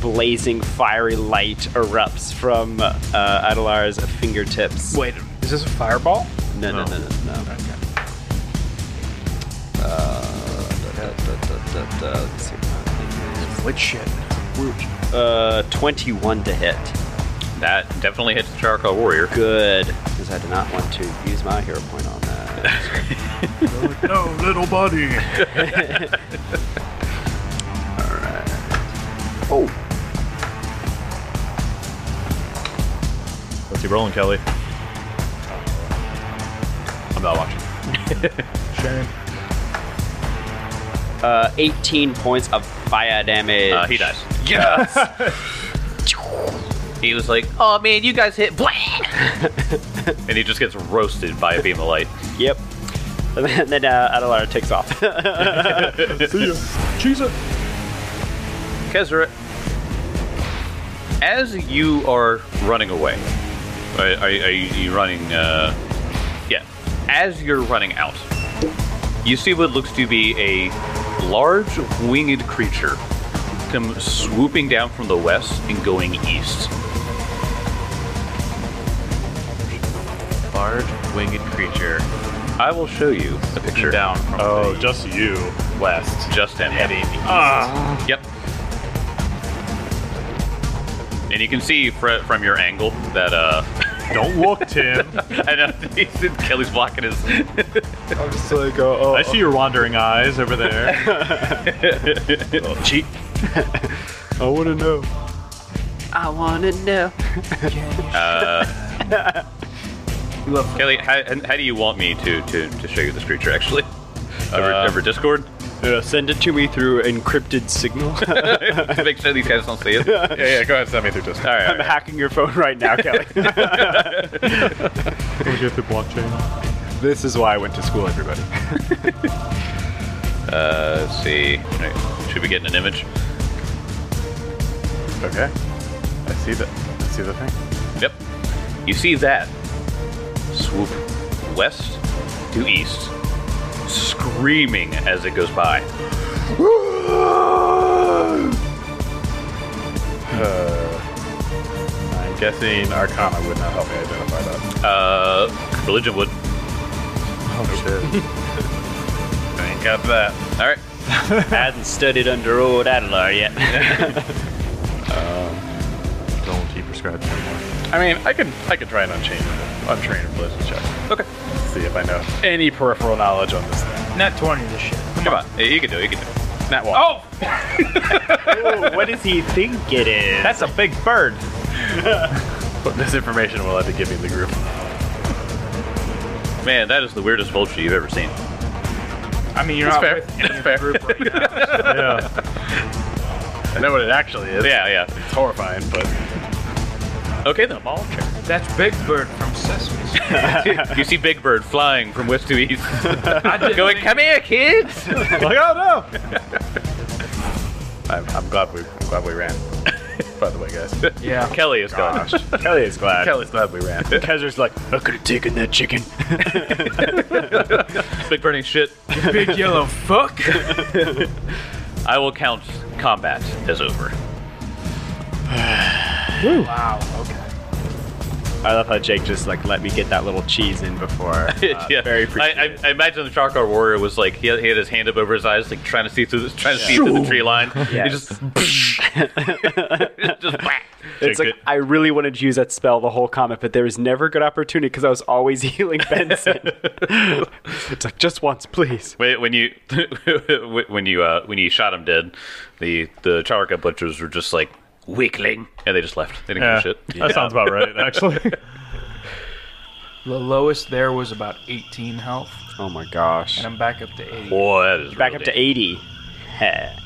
S4: blazing fiery light erupts from uh, Adelar's fingertips.
S2: Wait, is this a fireball?
S4: No,
S1: Oh.
S4: no, no, no, no. Uh,
S2: What shit?
S4: uh, 21 to hit.
S1: That definitely hits the charcoal warrior.
S4: Good. Because I do not want to use my hero point on that.
S3: No, little buddy.
S4: oh,
S3: What's he rolling, Kelly? I'm not watching.
S2: Shame.
S4: uh, 18 points of fire damage.
S1: Uh, he dies.
S4: Yes!
S1: He was like,
S7: Oh man, you guys hit. Blah!
S1: and he just gets roasted by a beam of light.
S4: yep. And then- then uh, Adelara takes off.
S3: See ya. Cheese it.
S1: Kesra, as you are running away, are, are, are you you running? Uh, yeah. As you're running out, you see what looks to be a large winged creature come swooping down from the west and going east.
S5: Large winged creature
S1: I will show you the picture.
S5: down from
S3: Oh,
S5: the
S3: just you.
S5: west,
S1: Just him.
S5: heading east. Ah.
S1: Yep. And you can see fr- from your angle that uh,
S3: Don't look, Tim.
S1: I know Kelly's blocking his.
S6: I'm just like, oh,
S3: I see your wandering eyes over there.
S1: cheat.
S6: I want to know.
S4: I wanna know.
S1: Kelly, how, and how do you want me to, to, to show you this creature? Actually, over,
S3: Uh,
S1: over Discord.
S4: Yeah, send it to me through encrypted signal.
S1: Make sure these guys don't see it. All
S5: Yeah, yeah, go ahead, send me through just.
S1: right. all
S4: I'm
S1: right.
S4: hacking your phone right now, Kelly.
S3: Look at the blockchain.
S6: This is why I went to school, everybody.
S1: Uh, let's see. All right. Should we get an image?
S5: Okay. I see the I see the thing.
S1: Yep. You see that swoop west to east, screaming as it goes by.
S5: I'm guessing Arcana would not help me identify that.
S1: Uh, religion would.
S5: Oh shit. I ain't got that.
S1: All right.
S4: hadn't studied under old Adelar yet.
S3: Don't he prescribe anymore?
S5: I mean, I could I could try and unchain untrain religion check.
S1: Okay.
S5: See if I know any peripheral knowledge on this thing.
S2: Not 20 this shit.
S1: Come on. Yeah, You can do it. You can do it.
S5: Not one. Oh,
S4: what does he think it is?
S3: That's a big bird.
S5: but this information will have to give me the group.
S1: Man, that is the weirdest vulture you've ever seen.
S2: I mean, you're
S5: It's
S2: not
S5: fair.
S2: with any
S5: It's
S2: of
S5: fair.
S2: the group right now.
S3: Yeah.
S5: I know what it actually is.
S1: Yeah, yeah.
S5: It's horrifying, but
S1: Okay then. Ball
S2: That's Big Bird from Sesame Street.
S1: you see Big Bird flying from west to east,
S2: I didn't
S1: going,
S2: think-
S1: "Come here, kids!"
S3: like, oh no.
S5: I'm, I'm glad we I'm glad we ran. By the way, guys.
S2: Yeah.
S1: Kelly is gone.
S3: Kelly is glad.
S5: Kelly's glad we ran.
S3: Kezer's like, I could have taken that chicken.
S1: Big burning shit.
S2: Big yellow fuck.
S1: I will count combat as over.
S2: Wow. Okay.
S4: I love how Jake just like let me get that little cheese in before. Uh,
S1: yeah,
S4: very
S1: I,
S4: appreciative.
S1: I, I imagine the Charcoal Warrior was like he had, he had his hand up over his eyes, like trying to see through, the, trying to see through the tree line. He just, just whack.
S4: It's like
S3: Jake,
S4: I really wanted to use that spell the whole comic, but there was never a good opportunity because I was always healing Benson. it's like just once, please.
S1: When when you when you uh, when you shot him dead, the the Charaka butchers were just like weakling, and they just left. They didn't give
S3: Yeah,
S1: a shit.
S3: Oh, That sounds about right, actually.
S2: The lowest there was about 18 health,
S4: Oh my gosh!
S2: and I'm back up to 80.
S1: Boy, that is
S4: Back
S1: really
S4: up to eighty.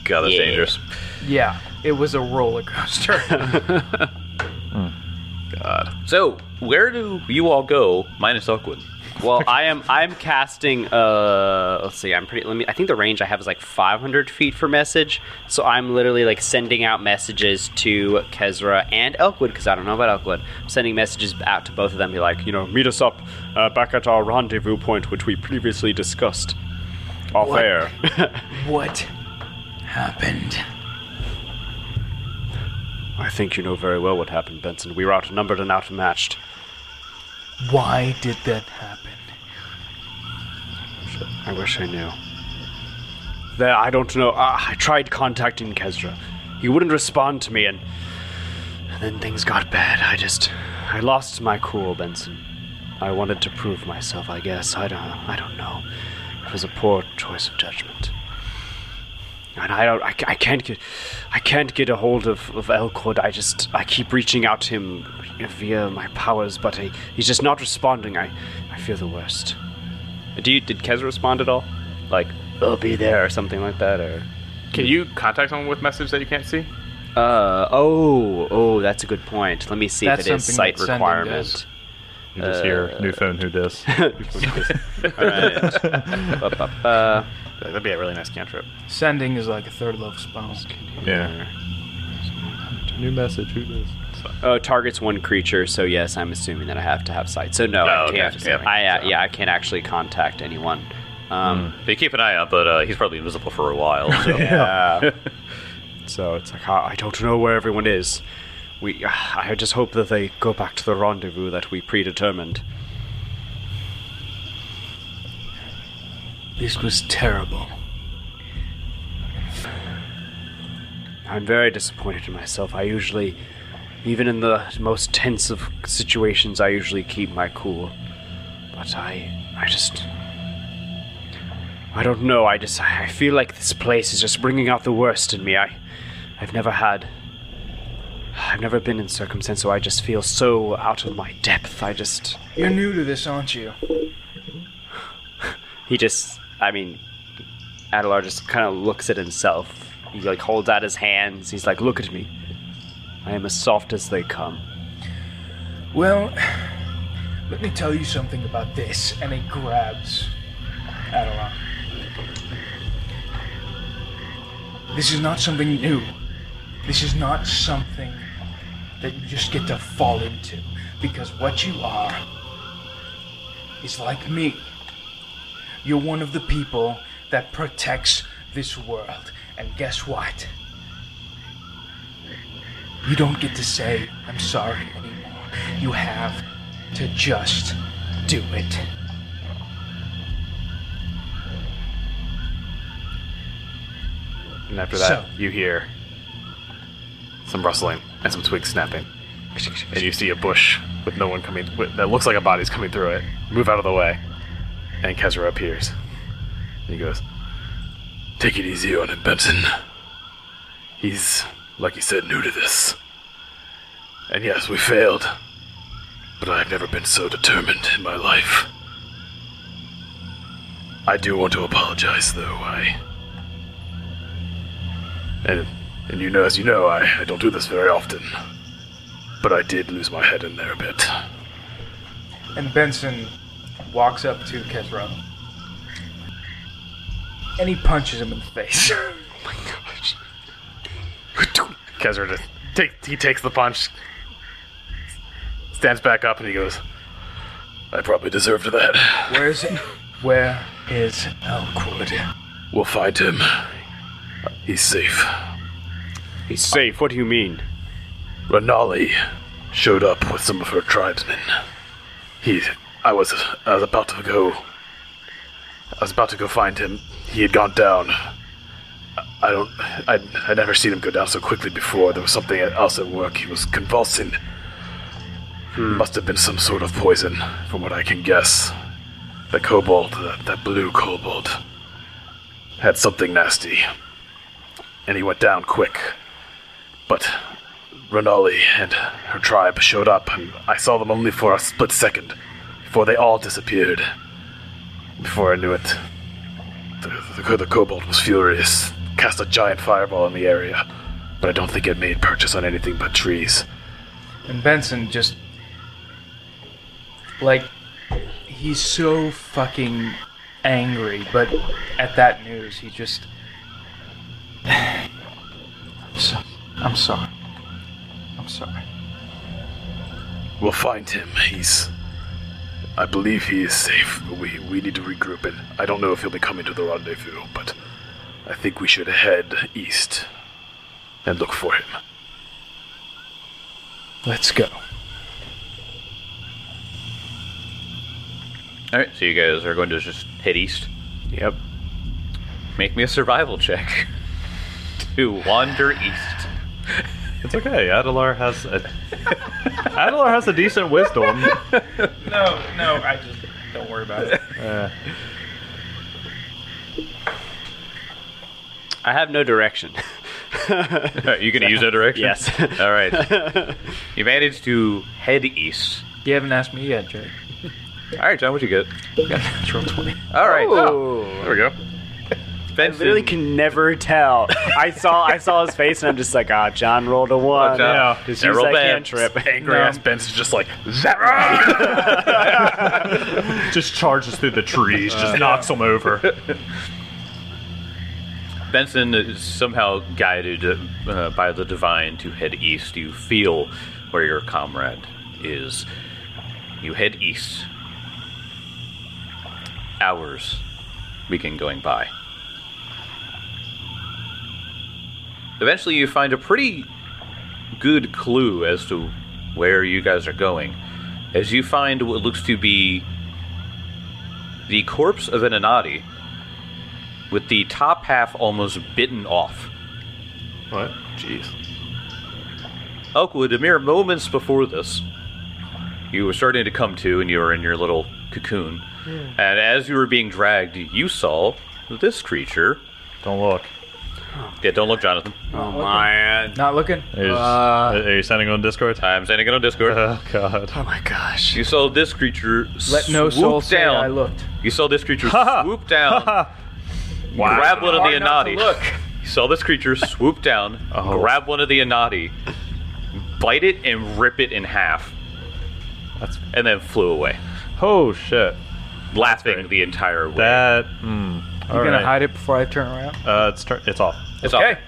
S1: God, that's
S4: Yeah.
S1: dangerous.
S2: Yeah, it was a roller coaster.
S1: So, where do you all go minus Elkwood?
S4: Well, I am I'm casting. Uh, let's see. I'm pretty. Let me. I think the range I have is like 500 feet for message. So I'm literally like sending out messages to Kezra and Elkwood because I don't know about Elkwood. I'm sending messages out to both of them. Be like, you know, meet us up uh, back at our rendezvous point, which we previously discussed. Off air.
S2: what happened?
S4: I think you know very well what happened, Benson. We were outnumbered and outmatched.
S2: Why did that happen?
S4: I wish I knew. There, I don't know. Uh, I tried contacting Kezra. He wouldn't respond to me, and, and then things got bad. I just, I lost my cool, Benson. I wanted to prove myself. I guess I don't, I don't know. It was a poor choice of judgment. And I don't, I, ca- I can't get, I can't get a hold of of Elcord. I just, I keep reaching out to him via my powers, but he, he's just not responding. I, I feel the worst. Do you, did Kez respond at all? Like, I'll be there or something like that, or
S5: Can you contact someone with message that you can't see?
S4: uh oh oh that's a good point. Let me see
S2: That's
S4: if it is
S2: something
S4: site
S2: that sending
S4: requirement.
S3: You just hear new phone who dis.
S5: That'd be a really nice cantrip.
S2: Sending is like a third level spell.
S3: yeah. New message who dis.
S4: Oh, targets one creature. So yes, I'm assuming that I have to have sight. So
S1: Oh,
S4: no, I
S1: okay,
S4: can't.
S1: yeah.
S4: I uh, yeah I can't actually contact anyone. Um,
S1: They keep an eye out, but uh, he's probably invisible for a while. So.
S4: yeah. uh, so it's like I I don't know where everyone is. We I just hope that they go back to the rendezvous that we predetermined.
S2: This was terrible.
S4: I'm very disappointed in myself. I usually, even in the most tense of situations, I usually keep my cool. But I, I just, I don't know. I just, I feel like this place is just bringing out the worst in me. I, I've never had, I've never been in circumstance, so I just feel so out of my depth. I just,
S2: You're new to this, aren't you?
S4: he just i mean adelar just kind of looks at himself he like holds out his hands he's like look at me i am as soft as they come
S2: Well, let me tell you something about this. And he grabs Adelar. This is not something new. This is not something that you just get to fall into. Because what you are is like me. You're one of the people that protects this world. And guess what? You don't get to say, I'm sorry anymore. You have to just do it.
S5: And after
S2: So-
S5: that, you hear some rustling and some twigs snapping. And you see a bush with no one coming, with, that looks like a body's coming through it. Move out of the way. And Kezra appears. And he goes, Take it easy on him, Benson. He's, like you said, new to this. And yes, we failed. But I've never been so determined in my life. I do want to apologize, though. I and, and you know, as you know, I, I don't do this very often. But I did lose my head in there a bit.
S2: And Benson walks up to Kezra. And he punches him in the face.
S5: Oh Kezra just take, he takes the punch, stands back up, and he goes, I probably deserved that.
S2: Where is it? Where is Elkwood?
S5: We'll find him. He's safe.
S4: he's safe what do you mean
S5: Renali, showed up with some of her tribesmen. He, I was, I was about to go. I was about to go find him. He had gone down. I don't. I I never seen him go down so quickly before. There was something else at work. He was convulsing. Must have been some sort of poison, from what I can guess. The kobold, that, that blue kobold, had something nasty, and he went down quick. But Renali and her tribe showed up, and I saw them only for a split second before they all disappeared. Before I knew it, the, the, the kobold was furious, cast a giant fireball in the area, but I don't think it made purchase on anything but trees.
S2: And Benson just. Like, he's so fucking angry, but at that news, he just. So- I'm sorry. I'm sorry.
S5: We'll find him. He's. I believe he is safe, but we, we need to regroup, and I don't know if he'll be coming to the rendezvous, but I think we should head east and look for him.
S2: Let's go.
S1: All right, so you guys are going to just head east.
S4: Yep.
S1: Make me a survival check to wander east.
S3: It's okay. Adelar has a Adelar has a decent wisdom.
S2: No, no, I just. Don't worry about it.
S3: Uh,
S4: I have no direction.
S1: All right, you going to use no direction?
S4: Yes.
S1: All right. You managed to head east.
S2: You haven't asked me yet, Jake.
S1: All right, John, what you get?
S2: It's roll 20.
S1: All right.
S4: Oh.
S1: There we go.
S4: I literally can never tell. I saw I saw his face and I'm just like, ah, John rolled a one.
S1: John.
S4: Yeah, just
S1: Yeah,
S4: use
S1: roll
S4: that
S1: bad.
S4: cantrip.
S5: Angry
S2: No.
S5: ass Ben's just like, that
S3: just charges through the trees, just knocks them over.
S1: Benson is somehow guided uh, by the divine to head east. You feel where your comrade is. You head east. Hours begin going by. Eventually, you find a pretty good clue as to where you guys are going as you find what looks to be the corpse of an Anati with the top half almost bitten off.
S3: What?
S1: Oakwood, a mere moments before this, you were starting to come to and you were in your little cocoon. And as you were being dragged, you saw this creature.
S3: Don't look.
S1: Yeah, don't look, Jonathan.
S4: Oh my
S2: Not looking?
S3: Are you, are you sending on Discord?
S1: I'm sending it on Discord.
S3: Oh god.
S4: Oh my gosh.
S1: You saw this creature
S2: Uh-huh. Let no
S1: swoop
S2: soul say
S1: down.
S2: I looked.
S1: You saw this creature swoop down, grab one of the
S2: Hard not to
S1: Anati.
S2: look.
S1: You saw this creature swoop down,
S3: Oh.
S1: grab one of the Anati, bite it, and rip it in half,
S3: That's-
S1: and then flew away.
S3: Oh shit.
S1: laughing the entire way.
S3: That. Mm,
S2: You're gonna hide it before I turn around?
S3: Uh, it's turn. It's off.
S1: It's
S2: okay.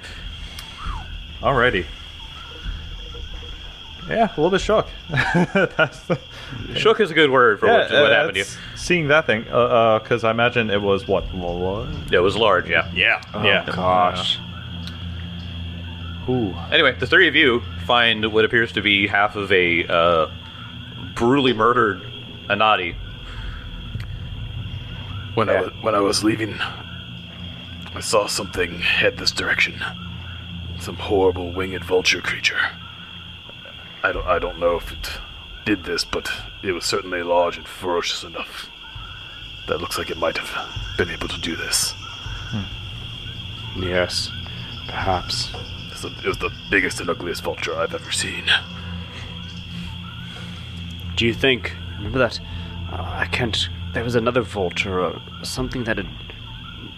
S3: Alrighty. Yeah, a little bit shook. That's the,
S1: all- Shook is a good word for what, what
S3: uh,
S1: happened to you.
S3: that's- Seeing that thing, because uh, 'cause I imagine it was what?
S1: It was large, yeah.
S3: Yeah. yeah.
S4: Gosh.
S3: Ooh.
S1: Anyway, the three of you find what appears to be half of a uh, brutally murdered Anati.
S5: When, I was, when I was leaving, I saw something head this direction. Some horrible winged vulture creature. I don't, I don't know if it did this, but it was certainly large and ferocious enough. That looks like it might have been able to do this.
S4: Hmm.
S6: Yes. Perhaps.
S5: It's the- It was the biggest and ugliest vulture I've ever seen.
S4: Do you think? Remember that? Uh, I can't. There was another vulture or something that had.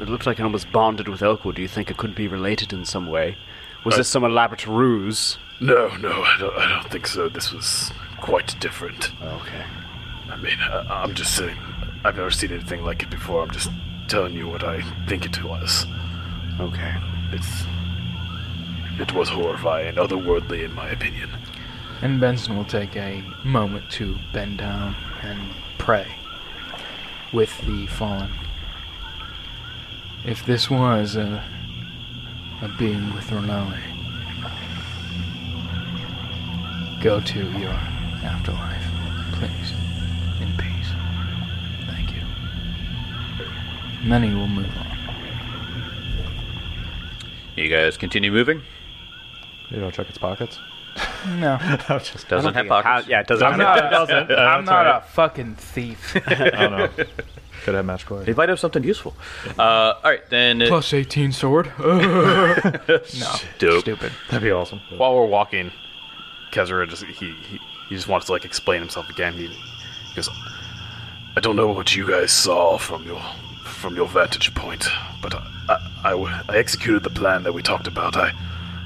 S4: It looked like it almost bonded with Elkwood. Do you think it could be related in some way? Was this some elaborate ruse?
S5: No, no, I don't, I don't think so. This was quite different.
S4: Okay.
S5: I mean, I, I'm just saying, I've never seen anything like it before. I'm just telling you what I think it was.
S4: Okay.
S5: It's. It was horrifying, otherworldly, in my opinion.
S2: And Benson will take a moment to bend down and pray with the fallen. If this was a, a being with Renali, go to your afterlife, please, in peace. Thank you. And then he will move on.
S1: You guys continue moving.
S3: You don't check its pockets.
S2: No,
S3: I'm just.
S1: Doesn't have pockets.
S4: yeah, it doesn't.
S2: I'm not.
S3: doesn't.
S2: A, I'm not a fucking thief.
S3: I don't know. Could have match play.
S1: They might have something useful. Uh, all right, then. uh,
S2: Plus 18 sword. no,
S1: Dope.
S2: stupid.
S3: That'd be awesome.
S5: While we're walking, Kezra just he, he he just wants to like explain himself again. He, he goes, "I don't know what you guys saw from your from your vantage point, but I I, I w- I executed the plan that we talked about. I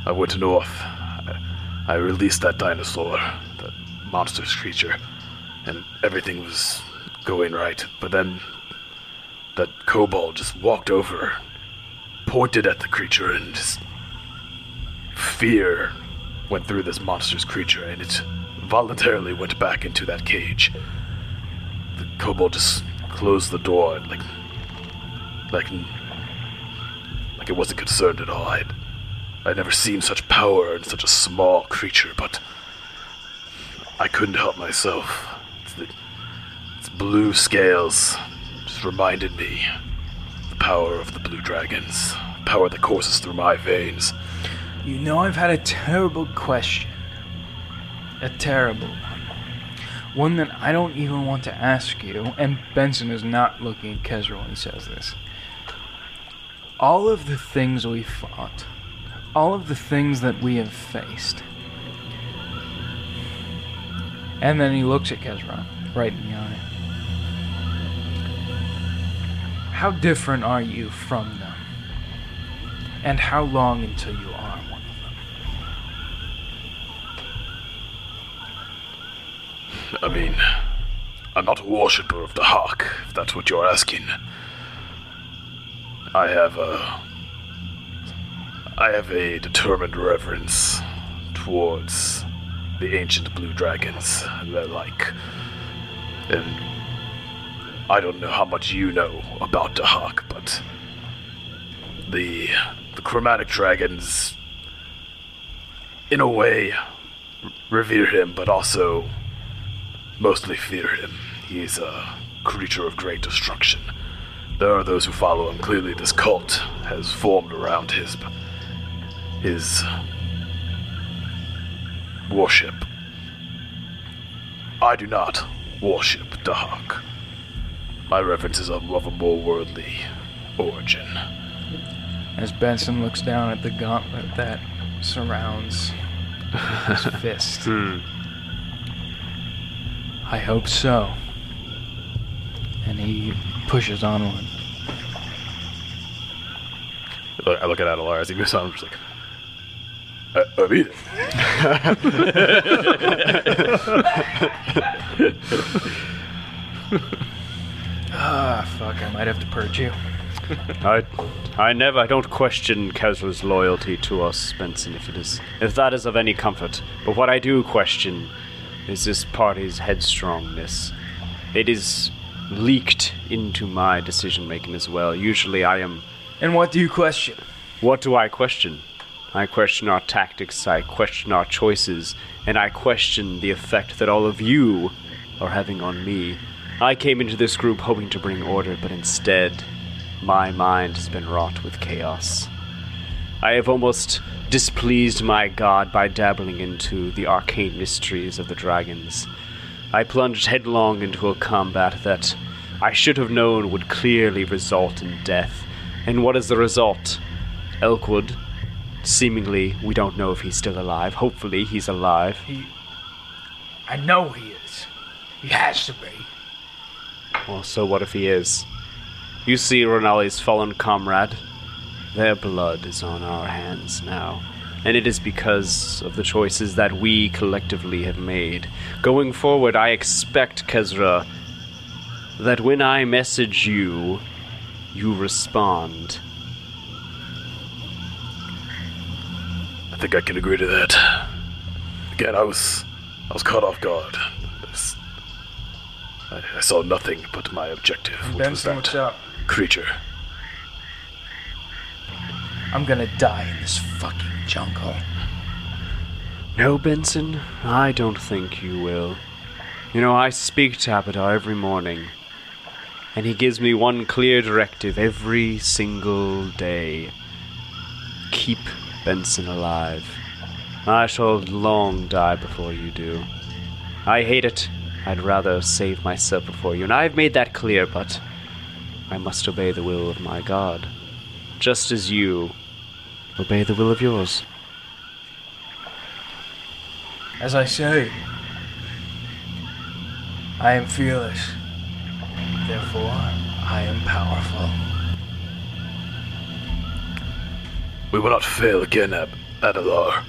S5: I went north. I, I released that dinosaur, that monstrous creature, and everything was going right. But then that kobold just walked over, pointed at the creature, and just fear went through this monster's creature and it voluntarily went back into that cage. The kobold just closed the door and like like like it wasn't concerned at all. I'd I'd never seen such power in such a small creature, but I couldn't help myself. It's the, its blue scales just reminded me the power of the blue dragons, power that courses through my veins.
S2: You know, I've had a terrible question. A terrible one. One that I don't even want to ask you, and Benson is not looking at Kezra when he says this. All of the things we fought, all of the things that we have faced. And then he looks at Kezra right in the eye. How different are you from them? And how long until you are one of them?
S5: I mean, I'm not a worshipper of the Hawk, if that's what you're asking. I have a. I have a determined reverence towards the ancient blue dragons and their like. And I don't know how much you know about the Hawk, but the the chromatic dragons in a way revere him, but also mostly fear him. He's a creature of great destruction. There are those who follow him. Clearly, this cult has formed around his his worship. I do not worship Dahak. My reverence is of of a more worldly origin.
S2: As Benson looks down at the gauntlet that surrounds his fist.
S5: Hmm.
S2: I hope so. And he pushes onward.
S5: I look at Adalar as he moves on. I'm just like, I, I mean it.
S2: Ah, fuck, I might have to purge you.
S4: I, I never, I don't question Kezra's loyalty to us, Benson, if it is, if that is of any comfort. But what I do question is this party's headstrongness. It is leaked into my decision making as well. Usually I am
S2: And what do you question?
S4: What do I question? I question our tactics, I question our choices, and I question the effect that all of you are having on me. I came into this group hoping to bring order, but instead, my mind has been wrought with chaos. I have almost displeased my god by dabbling into the arcane mysteries of the dragons. I plunged headlong into a combat that I should have known would clearly result in death. And what is the result? Elkwood. Seemingly, we don't know if he's still alive. Hopefully, he's alive.
S2: I know he is. He has to be.
S4: Well, Oh, so what if he is? You see Ronali's fallen comrade. Their blood is on our hands now. And it is because of the choices that we collectively have made. Going forward, I expect, Kezra, that when I message you, you respond.
S5: I think I can agree to that. Again, I was I was caught off guard. This- I, I saw nothing but my objective, which
S2: Benson
S5: was
S2: looks
S5: that
S2: up.
S5: creature.
S2: I'm gonna die in this fucking jungle.
S6: No, Benson, I don't think you will.
S4: You know, I speak to Abadar every morning, and he gives me one clear directive every single day keep Benson alive. I shall long die before you do. I hate it. I'd rather save myself before you, and I've made that clear, but I must obey the will of my God, just as you obey the will of yours.
S2: As I say, I am fearless. Therefore, I am powerful.
S5: We will not fail again, Ab- Adalar.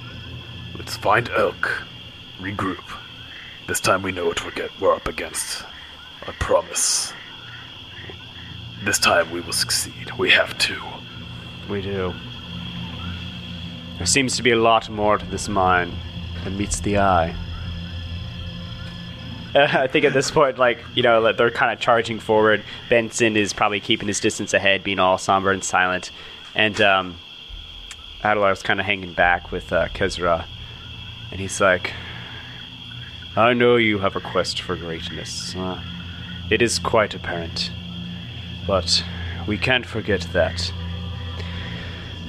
S5: Let's find Elk, regroup. This time we know what we're, get- we're up against. I promise. This time we will succeed. We have to.
S4: We do. There seems to be a lot more to this mine than meets the eye. I think at this point, like, you know, like, they're kind of charging forward. Benson is probably keeping his distance ahead, being all somber and silent. And um, Adelar's kind of hanging back with uh, Kezra. And he's like, I know you have a quest for greatness. Uh, it is quite apparent. But we can't forget that.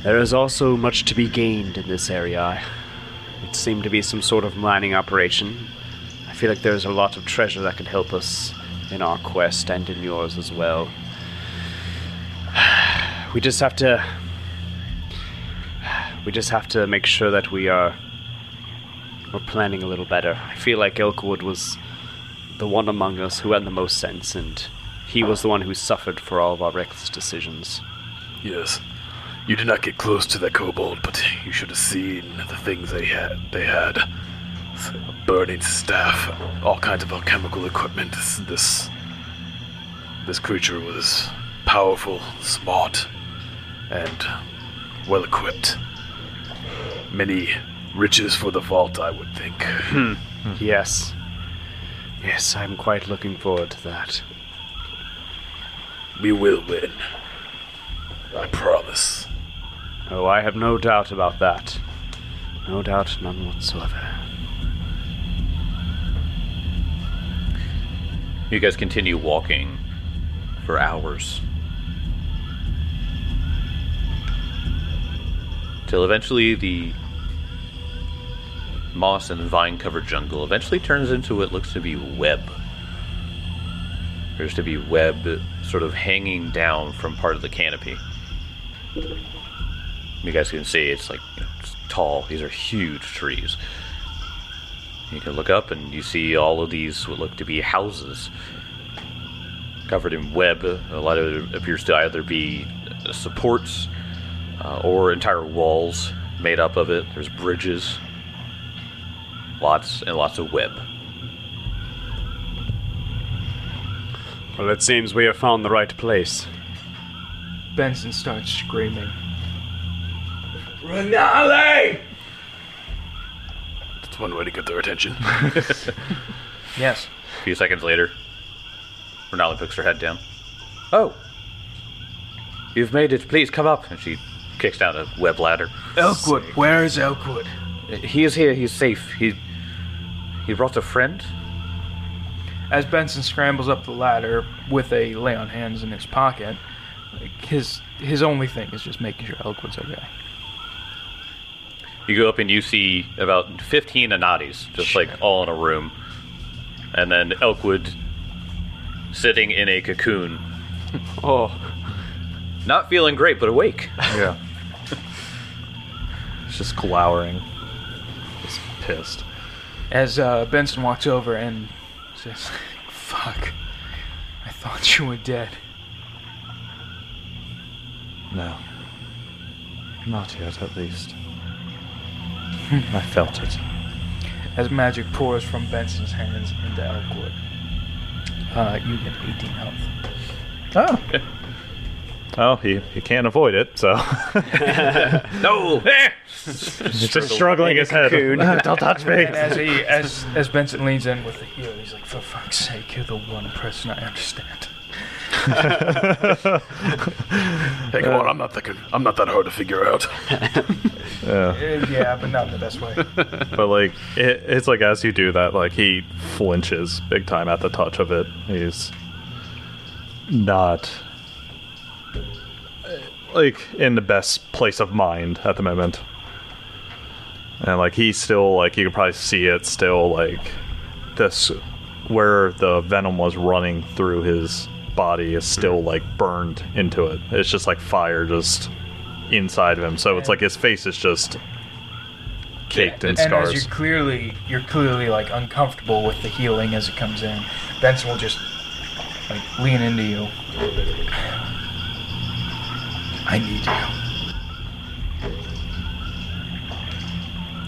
S4: There is also much to be gained in this area. It seemed to be some sort of mining operation. I feel like there's a lot of treasure that could help us in our quest and in yours as well. We just have to. We just have to make sure that we are. We're planning a little better. I feel like Elkwood was the one among us who had the most sense, and he was the one who suffered for all of our reckless decisions.
S5: Yes. You did not get close to that kobold, but you should have seen the things they had. They had a burning staff, all kinds of alchemical equipment. This, this, this creature was powerful, smart, and well equipped. Many riches for the vault, I would think.
S4: Hmm. Yes. Yes, I'm quite looking forward to that.
S5: We will win. I promise.
S4: Oh, I have no doubt about that. No doubt, none whatsoever.
S1: You guys continue walking for hours. Till eventually the moss and vine covered jungle eventually turns into what looks to be web. There's to be web sort of hanging down from part of the canopy. You guys can see it's like you know, it's tall. These are huge trees. You can look up and you see all of these what look to be houses covered in web. A lot of it appears to either be uh, supports uh, or entire walls made up of it. There's bridges, lots and lots of web.
S4: Well, it seems we have found the right place.
S2: Benson starts screaming. Renale!
S5: That's one way to get their attention.
S2: Yes.
S1: A few seconds later, Renali puts her head down. Oh, you've made it. Please come up. And she kicks down a web ladder.
S2: Elkwood, where is Elkwood?
S1: He is here. He's safe. He he brought a friend.
S2: As Benson scrambles up the ladder with a lay on hands in his pocket, his his only thing is just making sure Elkwood's okay.
S1: You go up and you see about 15 Anatis, just like all in a room. And then Elkwood sitting in a cocoon.
S4: Oh,
S1: Not feeling great, but awake.
S3: Yeah. it's just glowering. Just pissed.
S2: As uh, Benson walks over and says, "Fuck, I thought you were dead."
S3: No. Not yet, at least. I felt it.
S2: As magic pours from Benson's hands into Elkwood, uh, you get 18 health.
S3: Oh. Oh, he, he can't avoid it, so.
S1: no!
S3: He's just struggling his head. Don't touch me!
S2: And as he, as as Benson leans in with the heel, he's like, "For fuck's sake, you're the one person I understand."
S5: Hey, come on,
S4: Uh,
S5: I'm not that con- I'm not that hard to figure out.
S2: Eh, yeah, but not the best way.
S3: But like it, it's like as you do that, like he flinches big time at the touch of it. He's not like in the best place of mind at the moment. And like he's still like you can probably see it still like this where the venom was running through his body is still like burned into it. It's just like fire just inside of him. So it's like his face is just caked in
S2: And
S3: scars.
S2: as you're clearly, you're clearly like uncomfortable with the healing as it comes in. Benson will just like lean into you. I need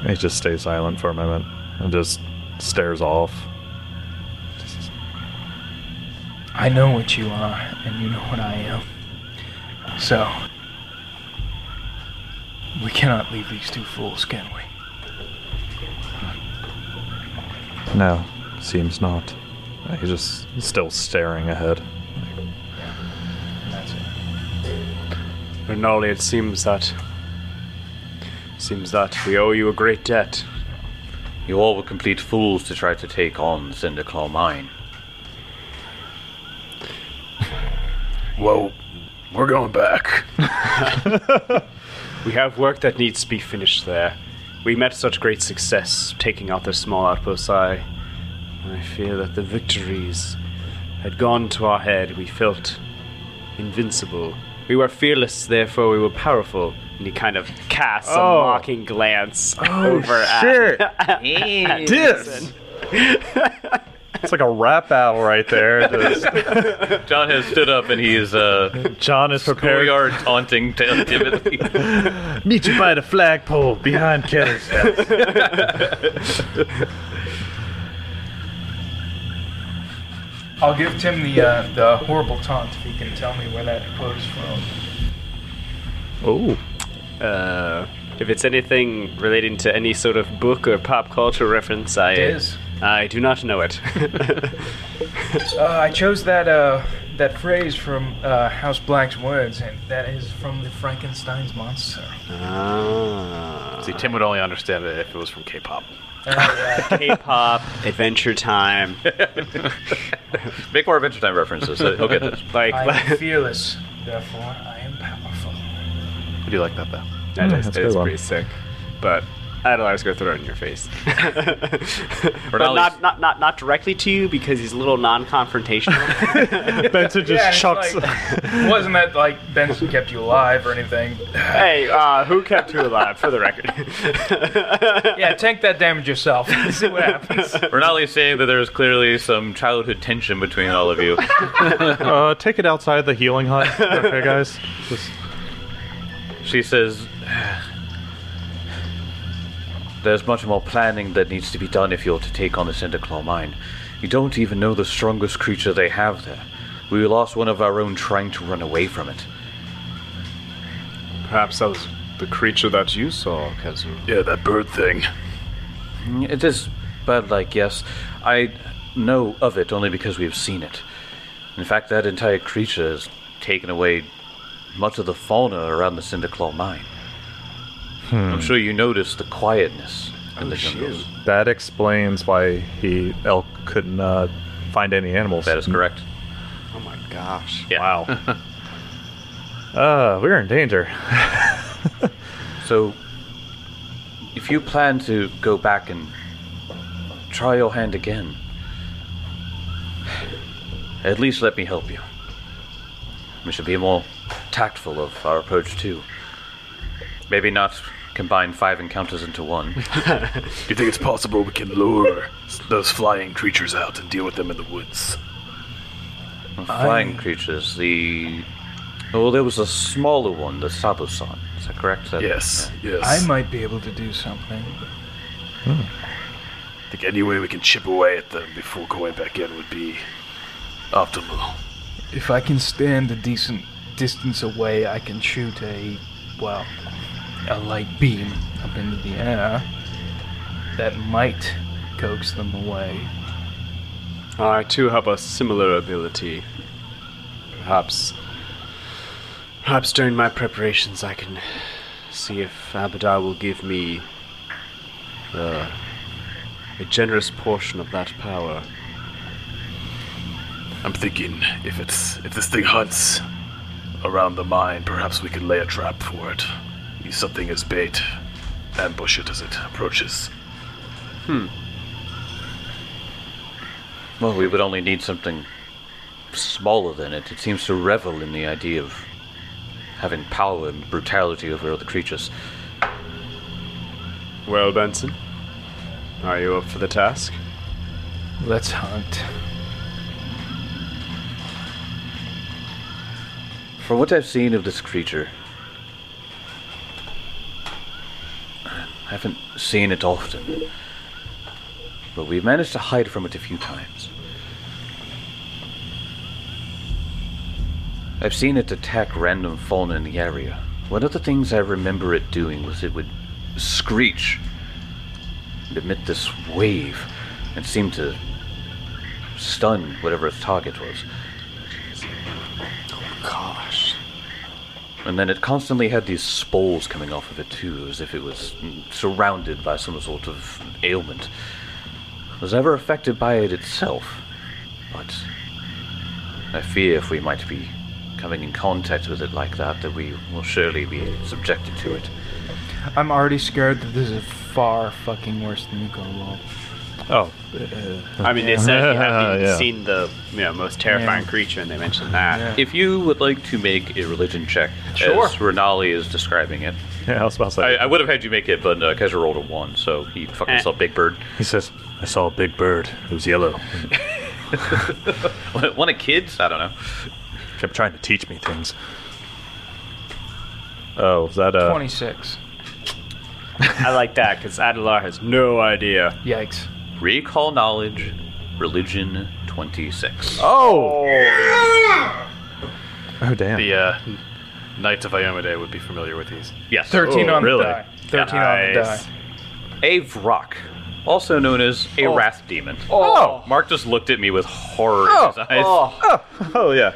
S2: you.
S3: He just stays silent for a moment and just stares off.
S2: I know what you are, and you know what I am. So we cannot leave these two fools, can we?
S3: No, seems not. He's just still staring ahead.
S2: And that's it.
S6: Rinaldi, it seems that. Seems that we owe you a great debt.
S1: You all were complete fools to try to take on Cinderclaw Mine.
S5: Whoa, we're going back.
S6: We have work that needs to be finished there. We met such great success taking out the small outposts. I, I fear that the victories had gone to our head. We felt invincible. We were fearless, therefore we were powerful. And he kind of casts
S2: Oh.
S6: a mocking glance
S4: Oh,
S6: over at.
S3: This! it's like a rap battle right there. Just-
S1: John has stood up and he is uh,
S3: John is prepared.
S1: we are taunting t- timidly.
S3: Meet you by the flagpole behind Kelly's house.
S2: I'll give Tim the uh, the horrible taunt if he can tell me where that quote is from.
S3: Oh,
S4: Uh, if it's anything relating to any sort of book or pop culture reference, I
S2: It is.
S4: I do not know it.
S2: Uh, I chose that uh, that phrase from uh, House Black's words, and that is from the Frankenstein's monster.
S4: ah.
S5: See, Tim would only understand it if it was from K-pop.
S2: uh,
S4: K-pop, Adventure Time,
S1: Make more Adventure Time references. Uh, He'll get this.
S4: like
S2: I am fearless, therefore I am powerful.
S5: I do like that though.
S4: that
S3: that's
S4: is,
S3: a good
S4: it's
S3: one.
S4: pretty sick. But I'd always go throw it in your face, but
S1: Ronaldo's-
S4: not, not not not directly to you because he's a little non-confrontational.
S3: Benson just
S2: Yeah, it's
S3: chucks.
S2: like- wasn't that like Benson kept you alive or anything?
S4: hey, uh, who kept who alive? For the record,
S2: Yeah, tank that damage yourself. See what happens.
S1: Rinaldi is saying that there is clearly some childhood tension between all of you.
S3: uh, take it outside the healing hut, okay, guys? Just-
S1: She says, There's much more planning that needs to be done if you're to take on the Cinderclaw Mine. You don't even know the strongest creature they have there. We lost one of our own trying to run away from it.
S6: Perhaps that was the creature that you saw, Kazu.
S5: Yeah, that bird thing.
S1: It is bad like, yes. I know of it only because we've seen it. In fact, that entire creature has taken away much of the fauna around the Cinderclaw Mine. I'm sure you noticed the quietness in the jungles.
S3: That explains why he elk couldn't uh, find any animals.
S1: That is correct.
S4: oh my gosh,
S1: Yeah.
S3: Wow. uh, we're in danger.
S1: So, if you plan to go back and try your hand again, at least let me help you. We should be more tactful of our approach, too. Maybe not combine five encounters into one.
S5: Do you think it's possible we can lure s- those flying creatures out and deal with them in the woods?
S1: Flying creatures, the. Oh, there was a smaller one, the Sabusan. Is that correct? That-
S5: Yes, yes.
S2: I might be able to do something.
S5: I think any way we can chip away at them before going back in would be optimal.
S2: If I can stand a decent distance away, I can shoot a, well, a light beam up into the air that might coax them away.
S6: I too have a similar ability. Perhaps, perhaps during my preparations, I can see if Abadai will give me uh, a generous portion of that power.
S5: I'm thinking if it's if this thing hunts around the mine, perhaps we can lay a trap for it. Use something as bait, ambush it as it approaches.
S1: Well, we would only need something smaller than it. It seems to revel in the idea of having power and brutality over other creatures.
S6: Well, Benson, are you up for the task?
S2: Let's hunt.
S1: From what I've seen of this creature, I haven't seen it often, but we've managed to hide from it a few times. I've seen it attack random fauna in the area. One of the things I remember it doing was it would screech and emit this wave and seem to stun whatever its target was.
S6: Gosh.
S1: And then it constantly had these spores coming off of it too, as if it was mm, surrounded by some sort of ailment. It was never affected by it itself, but I fear if we might be coming in contact with it like that, that we will surely be subjected to it.
S2: I'm already scared that this is far fucking worse than Golub.
S3: Oh,
S4: I mean, they said you haven't even
S3: Yeah.
S4: seen the you know, most terrifying
S2: Yeah.
S4: creature, and they mentioned that.
S1: If you would like to make a religion check,
S4: Sure.
S1: as Renali is describing it,
S3: yeah, I was about to
S1: I,
S3: say.
S1: I would have had you make it, but uh, Kaiser rolled a one, so he fucking
S4: Eh.
S1: saw Big Bird.
S3: he says, I saw a big bird. It was yellow.
S1: One of kids? I don't know.
S3: kept trying to teach me things. Oh, is that uh?
S2: 26.
S4: I like that because Adelar has no idea.
S2: Yikes.
S3: Oh,
S1: Recall knowledge, religion 26.
S3: Oh. Oh damn.
S5: The uh, Knights of Iomade would be familiar with these.
S1: Yes.
S2: 13
S3: Oh,
S2: on
S3: really?
S2: the die. 13 on the
S3: Nice.
S2: die.
S3: Oh.
S1: A Vrock, also known as a Wrath Demon.
S4: Oh.
S1: Mark just looked at me with horror in his eyes.
S3: Oh yeah.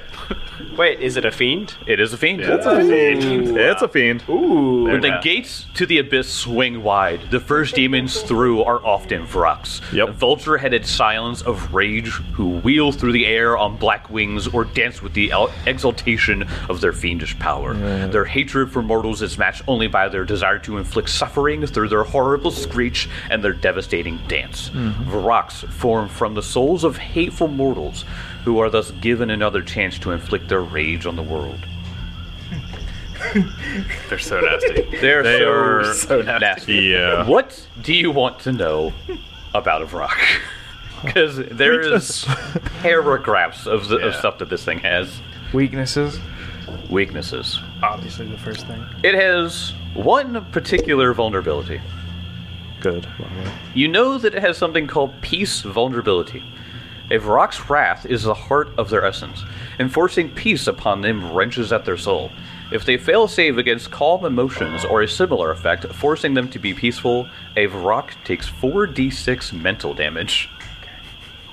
S4: Wait, is it a fiend?
S1: It is a fiend.
S3: It's a fiend. It's a fiend.
S1: When the
S3: Yeah.
S1: gates to the abyss swing wide, the first demons through are often Vrocks.
S3: Yep.
S1: Vulture headed scions of rage who wheel through the air on black wings or dance with the el- exultation of their fiendish power. Their hatred for mortals is matched only by their desire to inflict suffering through their horrible screech and their devastating dance.
S3: Mm-hmm.
S1: Vrocks form from the souls of hateful mortals who are thus given another chance to inflict their rage on the world.
S5: They're so nasty.
S1: They're
S3: They
S1: so,
S3: are
S5: so nasty.
S3: Yeah.
S1: What do you want to know about a rock? Because there is paragraphs of, the, of
S5: Yeah.
S1: stuff that this thing has.
S2: Weaknesses.
S1: Weaknesses.
S2: Obviously, the first thing.
S1: It has one particular vulnerability.
S3: Good.
S1: You know that it has something called peace vulnerability. A Varrock's wrath is the heart of their essence, and forcing peace upon them wrenches at their soul. If they fail save against calm emotions or a similar effect, forcing them to be peaceful, a Varrock takes 4d6 mental damage.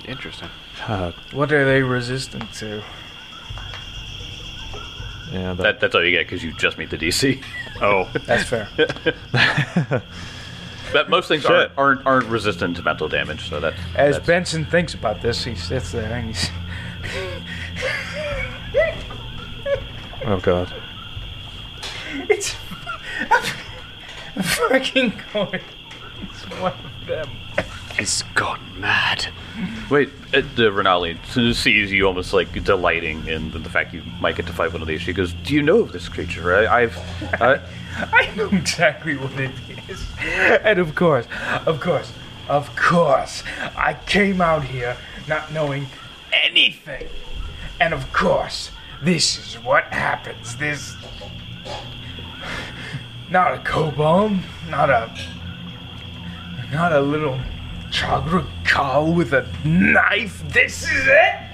S5: Interesting.
S3: Uh,
S2: What are they resistant to?
S3: Yeah. That.
S1: That, that's all you get because you just meet the DC.
S3: oh.
S2: That's fair.
S1: But most things
S3: Shit.
S1: aren't, aren't aren't resistant to mental damage, so that's
S2: As
S1: that's-
S2: Benson thinks about this, he sits there and he's.
S3: Oh god.
S2: It's. I'm fucking going. It's one of them.
S6: He's gone mad.
S1: Wait, uh, the Renali s- sees you almost like delighting in the, the fact you might get to fight one of these. She goes, "Do you know of this creature? I, I've, I,
S2: I know exactly what it is. And of course, of course, of course, I came out here not knowing anything. And of course, this is what happens. This. Not a kobold, not a. Not a little chagra cow with a knife. This is it!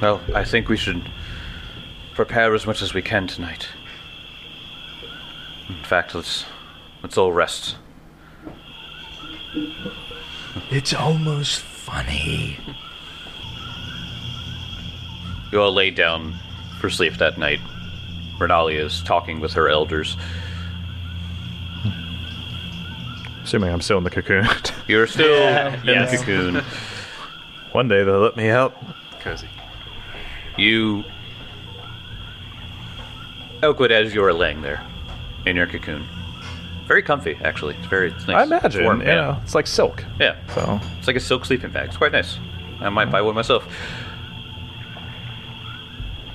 S1: well, I think we should prepare as much as we can tonight. In fact, let's let's all rest.
S2: It's almost funny.
S1: You all lay down for sleep that night. Renali is talking with her elders.
S3: Assuming I'm still in the cocoon.
S1: You're still in
S3: yes.
S1: the cocoon.
S3: One day they'll let me out.
S5: Cozy.
S1: You. Oakwood, as you are laying there in your cocoon. Very comfy, actually. It's very it's nice.
S3: I
S1: It's
S3: imagine.
S1: warm,
S3: you
S1: yeah.
S3: know, it's like silk.
S1: Yeah.
S3: So
S1: It's like a silk sleeping bag. It's quite nice. I might buy one myself.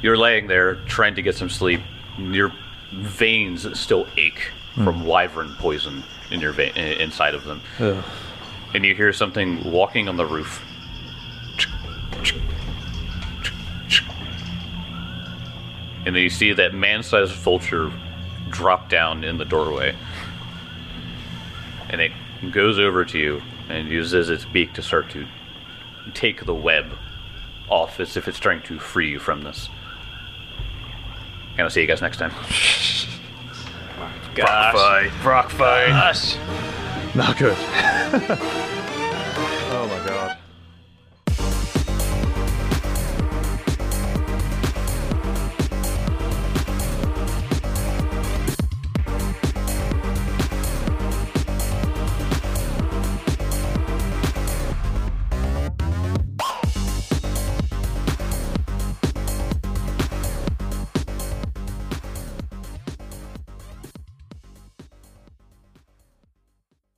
S1: You're laying there trying to get some sleep. Your veins still ache from wyvern poison in your vein, i- inside of them. And you hear something walking on the roof. And then you see that man-sized vulture drop down in the doorway and it goes over to you and uses its beak to start to take the web off as if it's trying to free you from this. And I'll see you guys next time.
S5: Brock fight. Brock fight.
S3: not good. oh my god.